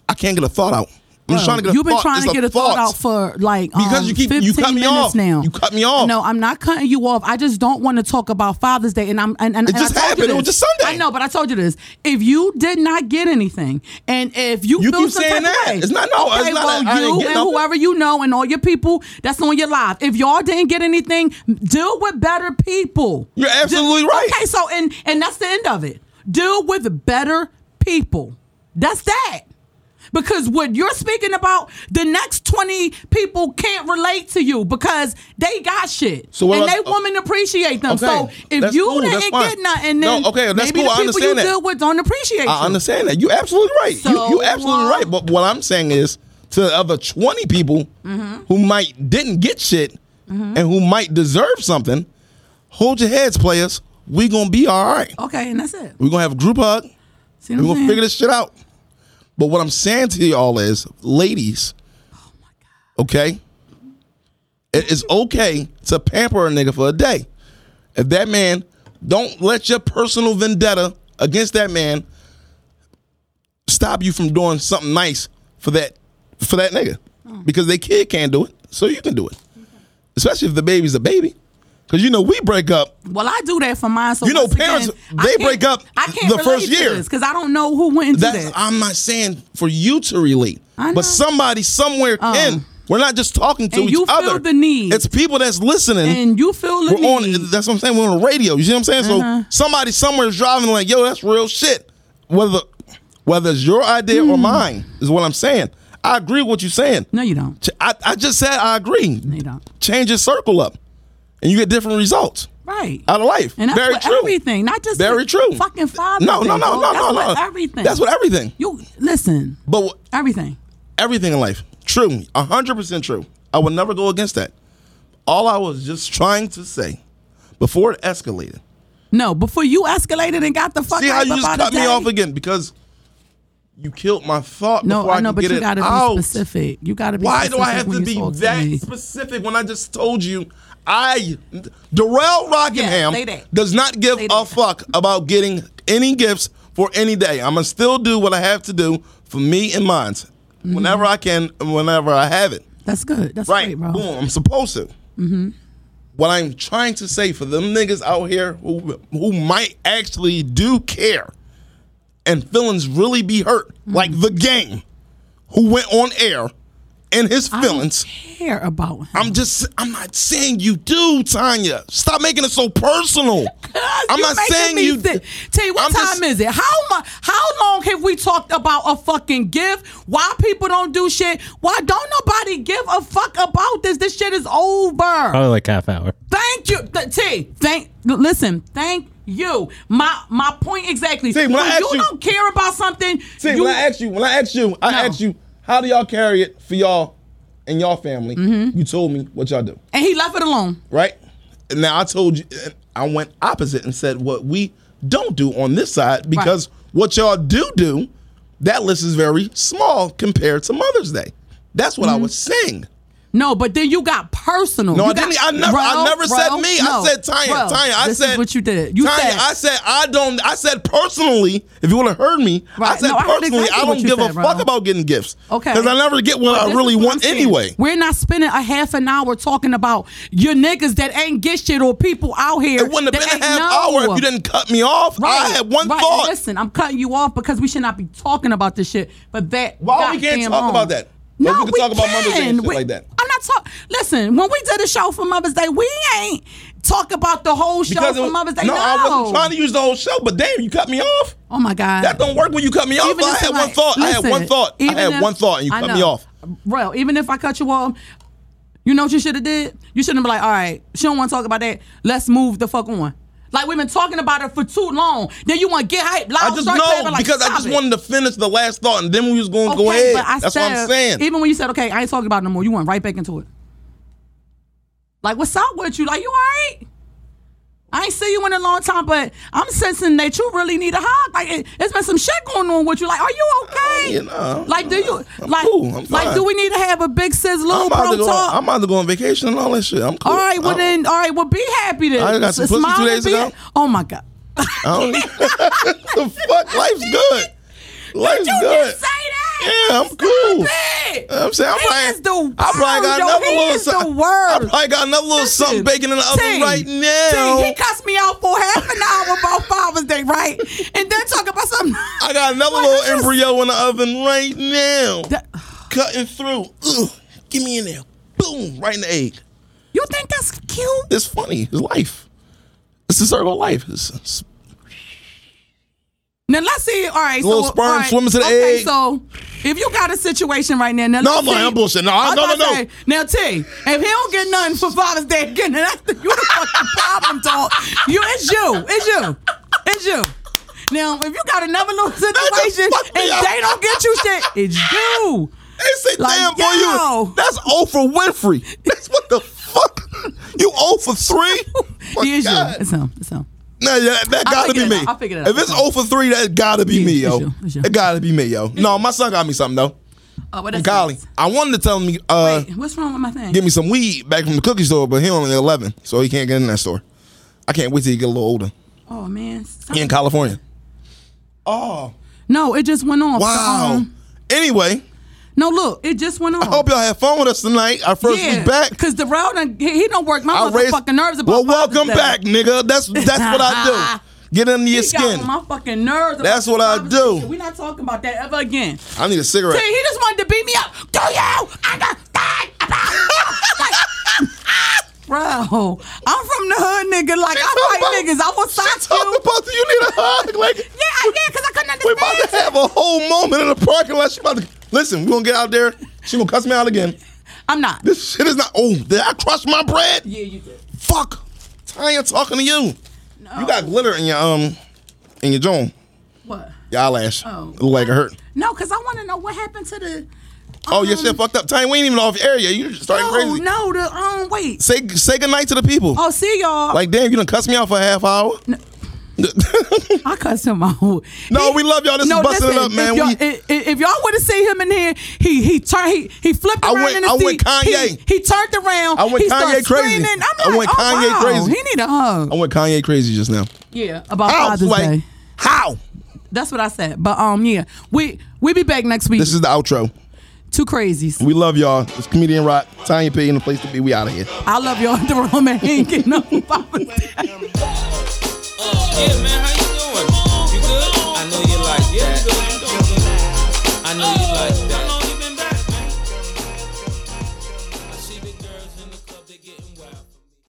[SPEAKER 2] I can't get a thought out. I'm just
[SPEAKER 3] Bro,
[SPEAKER 2] trying to get a
[SPEAKER 3] You've been
[SPEAKER 2] thought.
[SPEAKER 3] trying
[SPEAKER 2] It's
[SPEAKER 3] to get a thought out for like um,
[SPEAKER 2] Because you keep- you
[SPEAKER 3] 15
[SPEAKER 2] cut me
[SPEAKER 3] minutes
[SPEAKER 2] off.
[SPEAKER 3] now.
[SPEAKER 2] You cut me off.
[SPEAKER 3] No, I'm not cutting you off. I just don't want to talk about Father's Day, and I'm and, and,
[SPEAKER 2] It
[SPEAKER 3] and
[SPEAKER 2] just
[SPEAKER 3] I told
[SPEAKER 2] happened.
[SPEAKER 3] You
[SPEAKER 2] It was
[SPEAKER 3] this.
[SPEAKER 2] just Sunday.
[SPEAKER 3] I know, but I told you this. If you did not get anything, and if you,
[SPEAKER 2] You
[SPEAKER 3] feel
[SPEAKER 2] keep
[SPEAKER 3] some
[SPEAKER 2] saying
[SPEAKER 3] type of
[SPEAKER 2] that.
[SPEAKER 3] way-
[SPEAKER 2] It's not- no,
[SPEAKER 3] Okay,
[SPEAKER 2] it's not
[SPEAKER 3] well,
[SPEAKER 2] that I didn't
[SPEAKER 3] you
[SPEAKER 2] get
[SPEAKER 3] and
[SPEAKER 2] nothing.
[SPEAKER 3] whoever you know and all your people that's on your live. If y'all didn't get anything, deal with better people.
[SPEAKER 2] You're absolutely
[SPEAKER 3] Just-
[SPEAKER 2] right.
[SPEAKER 3] Okay, so and and that's the end of it. Deal with better people. That's that. Because what you're speaking about, the next 20 people can't relate to you because they got shit.
[SPEAKER 2] So what
[SPEAKER 3] and
[SPEAKER 2] about-
[SPEAKER 3] they women appreciate them.
[SPEAKER 2] Okay,
[SPEAKER 3] so if
[SPEAKER 2] that's
[SPEAKER 3] you
[SPEAKER 2] cool,
[SPEAKER 3] didn't
[SPEAKER 2] that's fine.
[SPEAKER 3] get nothing, then
[SPEAKER 2] No, okay, that's
[SPEAKER 3] maybe
[SPEAKER 2] cool, I
[SPEAKER 3] the people you
[SPEAKER 2] understand that.
[SPEAKER 3] deal with don't appreciate you.
[SPEAKER 2] I understand that. You absolutely right.
[SPEAKER 3] So,
[SPEAKER 2] you you absolutely
[SPEAKER 3] uh,
[SPEAKER 2] right. But what I'm saying is to the other 20 people
[SPEAKER 3] Mm-hmm.
[SPEAKER 2] who might didn't get shit and who might deserve something, hold your heads, players. We gonna be all right.
[SPEAKER 3] Okay, and that's it.
[SPEAKER 2] We gonna have a group hug. We
[SPEAKER 3] See what I'm
[SPEAKER 2] gonna
[SPEAKER 3] saying?
[SPEAKER 2] figure this shit out. But what I'm saying to y'all is, ladies, okay, it is okay to pamper a nigga for a day. If that man, don't let your personal vendetta against that man stop you from doing something nice for that for that nigga, because they kid can't do it, so you can do it. Especially if the baby's a baby, because you know we break up.
[SPEAKER 3] Well, I do that for mine. So
[SPEAKER 2] You know,
[SPEAKER 3] once again,
[SPEAKER 2] parents,
[SPEAKER 3] I
[SPEAKER 2] they
[SPEAKER 3] can't-
[SPEAKER 2] break up
[SPEAKER 3] I can't
[SPEAKER 2] the first year.
[SPEAKER 3] because I don't know who went into
[SPEAKER 2] That's
[SPEAKER 3] that.
[SPEAKER 2] I'm not saying for you to relate,
[SPEAKER 3] I know. Oh.
[SPEAKER 2] but somebody somewhere can. We're not just talking to
[SPEAKER 3] And
[SPEAKER 2] each
[SPEAKER 3] you feel
[SPEAKER 2] other.
[SPEAKER 3] the need.
[SPEAKER 2] It's people that's listening.
[SPEAKER 3] and you feel the
[SPEAKER 2] we're
[SPEAKER 3] need. Uh-huh.
[SPEAKER 2] on. That's what I'm saying. We're on the radio. You see what I'm saying? So somebody somewhere is driving like, yo, that's real shit. Whether whether it's your idea
[SPEAKER 3] Hmm.
[SPEAKER 2] or mine is what I'm saying. I agree with what you're saying.
[SPEAKER 3] no, you don't.
[SPEAKER 2] Ch- I, I just said I agree.
[SPEAKER 3] No, you don't.
[SPEAKER 2] Change your circle up, and you get different results
[SPEAKER 3] Right.
[SPEAKER 2] out of life.
[SPEAKER 3] And that's
[SPEAKER 2] Uh, Very
[SPEAKER 3] what
[SPEAKER 2] true.
[SPEAKER 3] everything, not just
[SPEAKER 2] Very
[SPEAKER 3] the
[SPEAKER 2] true.
[SPEAKER 3] Fucking father.
[SPEAKER 2] No, no,
[SPEAKER 3] thing,
[SPEAKER 2] no,
[SPEAKER 3] bro.
[SPEAKER 2] no,
[SPEAKER 3] that's
[SPEAKER 2] no,
[SPEAKER 3] what
[SPEAKER 2] no.
[SPEAKER 3] Everything.
[SPEAKER 2] That's what everything.
[SPEAKER 3] you listen.
[SPEAKER 2] But what-
[SPEAKER 3] Everything.
[SPEAKER 2] everything in life. True. 100% true. I will never go against that. all I was just trying to say before it escalated.
[SPEAKER 3] No, before you escalated and got the fuck
[SPEAKER 2] See
[SPEAKER 3] out
[SPEAKER 2] how you
[SPEAKER 3] up
[SPEAKER 2] just
[SPEAKER 3] out of
[SPEAKER 2] cut me
[SPEAKER 3] day?
[SPEAKER 2] off again because you killed my thought
[SPEAKER 3] No,
[SPEAKER 2] before I,
[SPEAKER 3] I know,
[SPEAKER 2] could
[SPEAKER 3] but
[SPEAKER 2] get
[SPEAKER 3] you
[SPEAKER 2] it
[SPEAKER 3] gotta be
[SPEAKER 2] out.
[SPEAKER 3] specific. You gotta be.
[SPEAKER 2] Why do
[SPEAKER 3] specific
[SPEAKER 2] I have to
[SPEAKER 3] when you
[SPEAKER 2] be
[SPEAKER 3] talk to
[SPEAKER 2] that
[SPEAKER 3] me.
[SPEAKER 2] specific when I just told you I Darrell Rockingham
[SPEAKER 3] say that.
[SPEAKER 2] does not give
[SPEAKER 3] Say
[SPEAKER 2] a
[SPEAKER 3] that.
[SPEAKER 2] fuck about getting any gifts for any day. I'ma still do what I have to do for me and mine.
[SPEAKER 3] Mm-hmm.
[SPEAKER 2] Whenever I can, and whenever I have it.
[SPEAKER 3] That's good. That's
[SPEAKER 2] Right.
[SPEAKER 3] great, bro. Mm-hmm.
[SPEAKER 2] Boom. I'm supposed to. What I'm trying to say for them niggas out here who who might actually do care and feelings really be hurt,
[SPEAKER 3] Mm-hmm.
[SPEAKER 2] like the game who went on air and his
[SPEAKER 3] I don't
[SPEAKER 2] feelings.
[SPEAKER 3] care about him.
[SPEAKER 2] I'm just I'm not saying you do, Tanya. Stop making it so personal. I'm
[SPEAKER 3] You
[SPEAKER 2] not
[SPEAKER 3] making
[SPEAKER 2] saying
[SPEAKER 3] me
[SPEAKER 2] you
[SPEAKER 3] sick. Tell you what
[SPEAKER 2] I'm
[SPEAKER 3] time
[SPEAKER 2] just-
[SPEAKER 3] is it? How much? How long have we talked about a fucking gift? Why people don't do shit? Why don't nobody give a fuck about this? This shit is over.
[SPEAKER 4] Probably like half hour.
[SPEAKER 3] Thank you, th- T. Thank. Listen. Thank you. My my point exactly.
[SPEAKER 2] T, when I asked
[SPEAKER 3] you,
[SPEAKER 2] you-
[SPEAKER 3] don't care about something.
[SPEAKER 2] See,
[SPEAKER 3] you,
[SPEAKER 2] when I asked you, when I asked you, I
[SPEAKER 3] No.
[SPEAKER 2] asked you, how do y'all carry it for y'all and y'all family?
[SPEAKER 3] Mm-hmm.
[SPEAKER 2] You told me what y'all do.
[SPEAKER 3] and he left it alone.
[SPEAKER 2] right? And now I told you, and I went opposite and said what we don't do on this side because what y'all do do, that list is very small compared to Mother's Day. That's what I was saying.
[SPEAKER 3] No, but then you got personal.
[SPEAKER 2] No,
[SPEAKER 3] Mm-hmm. You
[SPEAKER 2] I
[SPEAKER 3] got-
[SPEAKER 2] didn't. e, I never. I
[SPEAKER 3] Ro,
[SPEAKER 2] never said
[SPEAKER 3] Ro,
[SPEAKER 2] me.
[SPEAKER 3] no,
[SPEAKER 2] I said Tanya.
[SPEAKER 3] Ro,
[SPEAKER 2] Tanya. I
[SPEAKER 3] this
[SPEAKER 2] said
[SPEAKER 3] is what you did. You
[SPEAKER 2] Tanya.
[SPEAKER 3] said
[SPEAKER 2] I said I don't. I said personally. If you want to hurt me, I
[SPEAKER 3] Right.
[SPEAKER 2] said
[SPEAKER 3] No, I heard
[SPEAKER 2] personally.
[SPEAKER 3] exactly
[SPEAKER 2] I
[SPEAKER 3] what
[SPEAKER 2] don't
[SPEAKER 3] you
[SPEAKER 2] give a
[SPEAKER 3] said, Ro.
[SPEAKER 2] fuck about getting gifts.
[SPEAKER 3] Okay.
[SPEAKER 2] Because I never get what
[SPEAKER 3] But
[SPEAKER 2] I
[SPEAKER 3] this
[SPEAKER 2] really
[SPEAKER 3] is what
[SPEAKER 2] want
[SPEAKER 3] I'm saying.
[SPEAKER 2] anyway.
[SPEAKER 3] We're not spending a half an hour talking about your niggas that ain't get shit or people out here.
[SPEAKER 2] It wouldn't have
[SPEAKER 3] that
[SPEAKER 2] been a half
[SPEAKER 3] ain't know.
[SPEAKER 2] hour if you didn't cut me off. I
[SPEAKER 3] Right,
[SPEAKER 2] had one
[SPEAKER 3] right.
[SPEAKER 2] thought.
[SPEAKER 3] Listen, I'm cutting you off because we should not be talking about this shit. But that
[SPEAKER 2] Why we can't
[SPEAKER 3] goddamn
[SPEAKER 2] talk
[SPEAKER 3] on.
[SPEAKER 2] about that? But
[SPEAKER 3] No,
[SPEAKER 2] we can talk about Mother's Day and shit
[SPEAKER 3] We-
[SPEAKER 2] like that.
[SPEAKER 3] I'm not talking. Listen, when we did a show for Mother's Day, we ain't talk about the whole show
[SPEAKER 2] Because it
[SPEAKER 3] for
[SPEAKER 2] was-
[SPEAKER 3] Mother's Day.
[SPEAKER 2] No, I wasn't trying to use the whole show, but damn, you cut me off.
[SPEAKER 3] Oh my God.
[SPEAKER 2] That don't work when you cut me off.
[SPEAKER 3] Even
[SPEAKER 2] Oh, I
[SPEAKER 3] if
[SPEAKER 2] had one
[SPEAKER 3] somebody-
[SPEAKER 2] thought. I had
[SPEAKER 3] listen,
[SPEAKER 2] one thought. I
[SPEAKER 3] even
[SPEAKER 2] had
[SPEAKER 3] if-
[SPEAKER 2] one thought, and you
[SPEAKER 3] I
[SPEAKER 2] cut
[SPEAKER 3] know.
[SPEAKER 2] me off.
[SPEAKER 3] Well, even if I cut you off, you know what you should have did? You shouldn't be like, all right, she don't want to talk about that. Let's move the fuck on. Like we've been talking about it for too long. Then you want to get hype loud.
[SPEAKER 2] I just
[SPEAKER 3] start
[SPEAKER 2] know
[SPEAKER 3] clapping, like,
[SPEAKER 2] because I
[SPEAKER 3] stop
[SPEAKER 2] just
[SPEAKER 3] it.
[SPEAKER 2] wanted to finish the last thought, and then we was going to
[SPEAKER 3] Okay,
[SPEAKER 2] go ahead.
[SPEAKER 3] but I
[SPEAKER 2] That's
[SPEAKER 3] said,
[SPEAKER 2] what I'm saying.
[SPEAKER 3] Even when you said, okay, I ain't talking about it no more, you went right back into it. Like, what's up with you? Like, you all right? I ain't seen you in a long time, but I'm sensing that you really need a hug. Like, it, it's been some shit going on with you. Like, are
[SPEAKER 2] Oh,
[SPEAKER 3] you okay?
[SPEAKER 2] you know,
[SPEAKER 3] like, do you
[SPEAKER 2] I'm
[SPEAKER 3] like
[SPEAKER 2] cool, I'm
[SPEAKER 3] like
[SPEAKER 2] fine.
[SPEAKER 3] do we need to have a big sis
[SPEAKER 2] I'm
[SPEAKER 3] little
[SPEAKER 2] about,
[SPEAKER 3] pro
[SPEAKER 2] to go,
[SPEAKER 3] talk?
[SPEAKER 2] I'm about to go on vacation and all that shit. I'm cool.
[SPEAKER 3] all right, well
[SPEAKER 2] I-
[SPEAKER 3] then, all right, well be happy to
[SPEAKER 2] I got some pussy
[SPEAKER 3] smile
[SPEAKER 2] two
[SPEAKER 3] and
[SPEAKER 2] days
[SPEAKER 3] be-
[SPEAKER 2] ago.
[SPEAKER 3] Oh my god,
[SPEAKER 2] I don't, the fuck? Life's good. Life's
[SPEAKER 3] you
[SPEAKER 2] good.
[SPEAKER 3] just say that?
[SPEAKER 2] Yeah, I'm cool.
[SPEAKER 3] Hey,
[SPEAKER 2] I'm saying I'm probably,
[SPEAKER 3] He is the worst.
[SPEAKER 2] I probably got
[SPEAKER 3] yo.
[SPEAKER 2] another
[SPEAKER 3] He
[SPEAKER 2] little
[SPEAKER 3] is the
[SPEAKER 2] something. I
[SPEAKER 3] worst.
[SPEAKER 2] probably got another little something baking in the oven
[SPEAKER 3] T,
[SPEAKER 2] right now.
[SPEAKER 3] T, he cussed me out for half an hour about Father's Day, right? And then talk about something.
[SPEAKER 2] I got another
[SPEAKER 3] Like,
[SPEAKER 2] little
[SPEAKER 3] this is-
[SPEAKER 2] embryo in the oven right now.
[SPEAKER 3] That-
[SPEAKER 2] Cutting through. Ugh, get me in there. Boom, right in the egg.
[SPEAKER 3] You think that's cute?
[SPEAKER 2] It's funny. It's life. It's the circle of life. It's, it's-
[SPEAKER 3] Now let's see. All right,
[SPEAKER 2] Little
[SPEAKER 3] so
[SPEAKER 2] sperm
[SPEAKER 3] all right,
[SPEAKER 2] swims to the
[SPEAKER 3] okay,
[SPEAKER 2] egg.
[SPEAKER 3] So if you got a situation right now, now
[SPEAKER 2] No,
[SPEAKER 3] let's
[SPEAKER 2] I'm lying.
[SPEAKER 3] see-
[SPEAKER 2] I'm bullshitting. No, I-
[SPEAKER 3] was
[SPEAKER 2] no,
[SPEAKER 3] about
[SPEAKER 2] no, no.
[SPEAKER 3] to say, Now T, if he don't get nothing for Father's Day again, then that's the, you the fucking problem, dog. You, it's you, it's you, it's you. Now if you got another little situation
[SPEAKER 2] fucked
[SPEAKER 3] and
[SPEAKER 2] me up.
[SPEAKER 3] they don't get you shit, it's you.
[SPEAKER 2] they say,
[SPEAKER 3] Like,
[SPEAKER 2] damn, boy, you.
[SPEAKER 3] yo.
[SPEAKER 2] That's O for Winfrey. That's what the fuck? You O for three? My
[SPEAKER 3] He is you.
[SPEAKER 2] God.
[SPEAKER 3] It's him. It's him.
[SPEAKER 2] No, yeah, that, that gotta be
[SPEAKER 3] figure it
[SPEAKER 2] me.
[SPEAKER 3] out. I'll figure it out.
[SPEAKER 2] If it's O for three, that gotta be
[SPEAKER 3] Yeah,
[SPEAKER 2] me,
[SPEAKER 3] it's
[SPEAKER 2] yo.
[SPEAKER 3] you. It's you.
[SPEAKER 2] It gotta be me, yo. No, my son got me something though.
[SPEAKER 3] Oh, but that's
[SPEAKER 2] Golly,
[SPEAKER 3] nice.
[SPEAKER 2] I wanted to tell him, uh,
[SPEAKER 3] Wait, what's wrong with my thing?
[SPEAKER 2] give me some weed back from the cookie store, but he only 11, so he can't get in that store. I can't wait till he get a little older.
[SPEAKER 3] oh man.
[SPEAKER 2] He in California. Oh
[SPEAKER 3] No, it just went off.
[SPEAKER 2] wow.
[SPEAKER 3] So, um,
[SPEAKER 2] anyway,
[SPEAKER 3] no, look, it just went off.
[SPEAKER 2] I hope y'all had fun with us tonight. Our first week back.
[SPEAKER 3] Oh. Cause the road done, he, he don't work my
[SPEAKER 2] I raised-
[SPEAKER 3] motherfucking nerves about.
[SPEAKER 2] well,
[SPEAKER 3] Father's
[SPEAKER 2] welcome
[SPEAKER 3] Day.
[SPEAKER 2] back, nigga. That's that's what I do. Get under your
[SPEAKER 3] He got
[SPEAKER 2] skin.
[SPEAKER 3] on my fucking nerves. about
[SPEAKER 2] That's what I
[SPEAKER 3] Father's Day.
[SPEAKER 2] do.
[SPEAKER 3] We're not talking about that ever again.
[SPEAKER 2] I need a cigarette.
[SPEAKER 3] See, he just wanted to beat me up. Do you understand? Like, Bro, I'm from the hood, nigga. Like I
[SPEAKER 2] talking
[SPEAKER 3] fight niggas. I will
[SPEAKER 2] She
[SPEAKER 3] sock
[SPEAKER 2] talking
[SPEAKER 3] you.
[SPEAKER 2] about you need a hug. Like
[SPEAKER 3] Yeah, I did, cause I couldn't
[SPEAKER 2] we
[SPEAKER 3] understand.
[SPEAKER 2] about to have a whole moment in the parking lot. She about to listen. We gonna get out there. She gonna cuss me out again.
[SPEAKER 3] I'm not.
[SPEAKER 2] This shit is not. Oh, did I crush my bread?
[SPEAKER 3] Yeah, you did.
[SPEAKER 2] Fuck. Tanya talking to you. You got glitter in your um in your jaw,
[SPEAKER 3] What?
[SPEAKER 2] your eyelash.
[SPEAKER 3] Oh.
[SPEAKER 2] Look like it hurt.
[SPEAKER 3] No, because I want to know what happened to the
[SPEAKER 2] Oh, your shit fucked up. Tiny, we ain't even off air yet. You just starting
[SPEAKER 3] Um, No,
[SPEAKER 2] crazy.
[SPEAKER 3] no, the um, wait.
[SPEAKER 2] Say say goodnight to the people.
[SPEAKER 3] Oh, see y'all.
[SPEAKER 2] Like, damn, you done cuss me out for a half hour.
[SPEAKER 3] I cussed him out.
[SPEAKER 2] No, we love y'all. Oh, This is busting it up, man.
[SPEAKER 3] If y'all,
[SPEAKER 2] We-
[SPEAKER 3] i- i- if y'all would have seen him in here, he he turned he he flipped
[SPEAKER 2] I
[SPEAKER 3] around
[SPEAKER 2] went-
[SPEAKER 3] in the
[SPEAKER 2] I
[SPEAKER 3] seat.
[SPEAKER 2] went Kanye.
[SPEAKER 3] He, he turned around.
[SPEAKER 2] I went
[SPEAKER 3] he started
[SPEAKER 2] Kanye crazy.
[SPEAKER 3] screaming. I'm
[SPEAKER 2] I
[SPEAKER 3] like,
[SPEAKER 2] went
[SPEAKER 3] oh,
[SPEAKER 2] Kanye
[SPEAKER 3] wow,
[SPEAKER 2] crazy.
[SPEAKER 3] He need a hug.
[SPEAKER 2] I went Kanye crazy just now.
[SPEAKER 3] Yeah, about
[SPEAKER 2] How?
[SPEAKER 3] Father's
[SPEAKER 2] Like,
[SPEAKER 3] Day.
[SPEAKER 2] how?
[SPEAKER 3] That's what I said. But um, yeah, we we be back next week.
[SPEAKER 2] This is the outro.
[SPEAKER 3] Two crazies.
[SPEAKER 2] We love y'all. It's comedian rock. Tanya P and the place to be. We out of here.
[SPEAKER 3] I love y'all. The Roman ain't getting no Father's Day.
[SPEAKER 1] Uh, Yeah, man, how you Uh,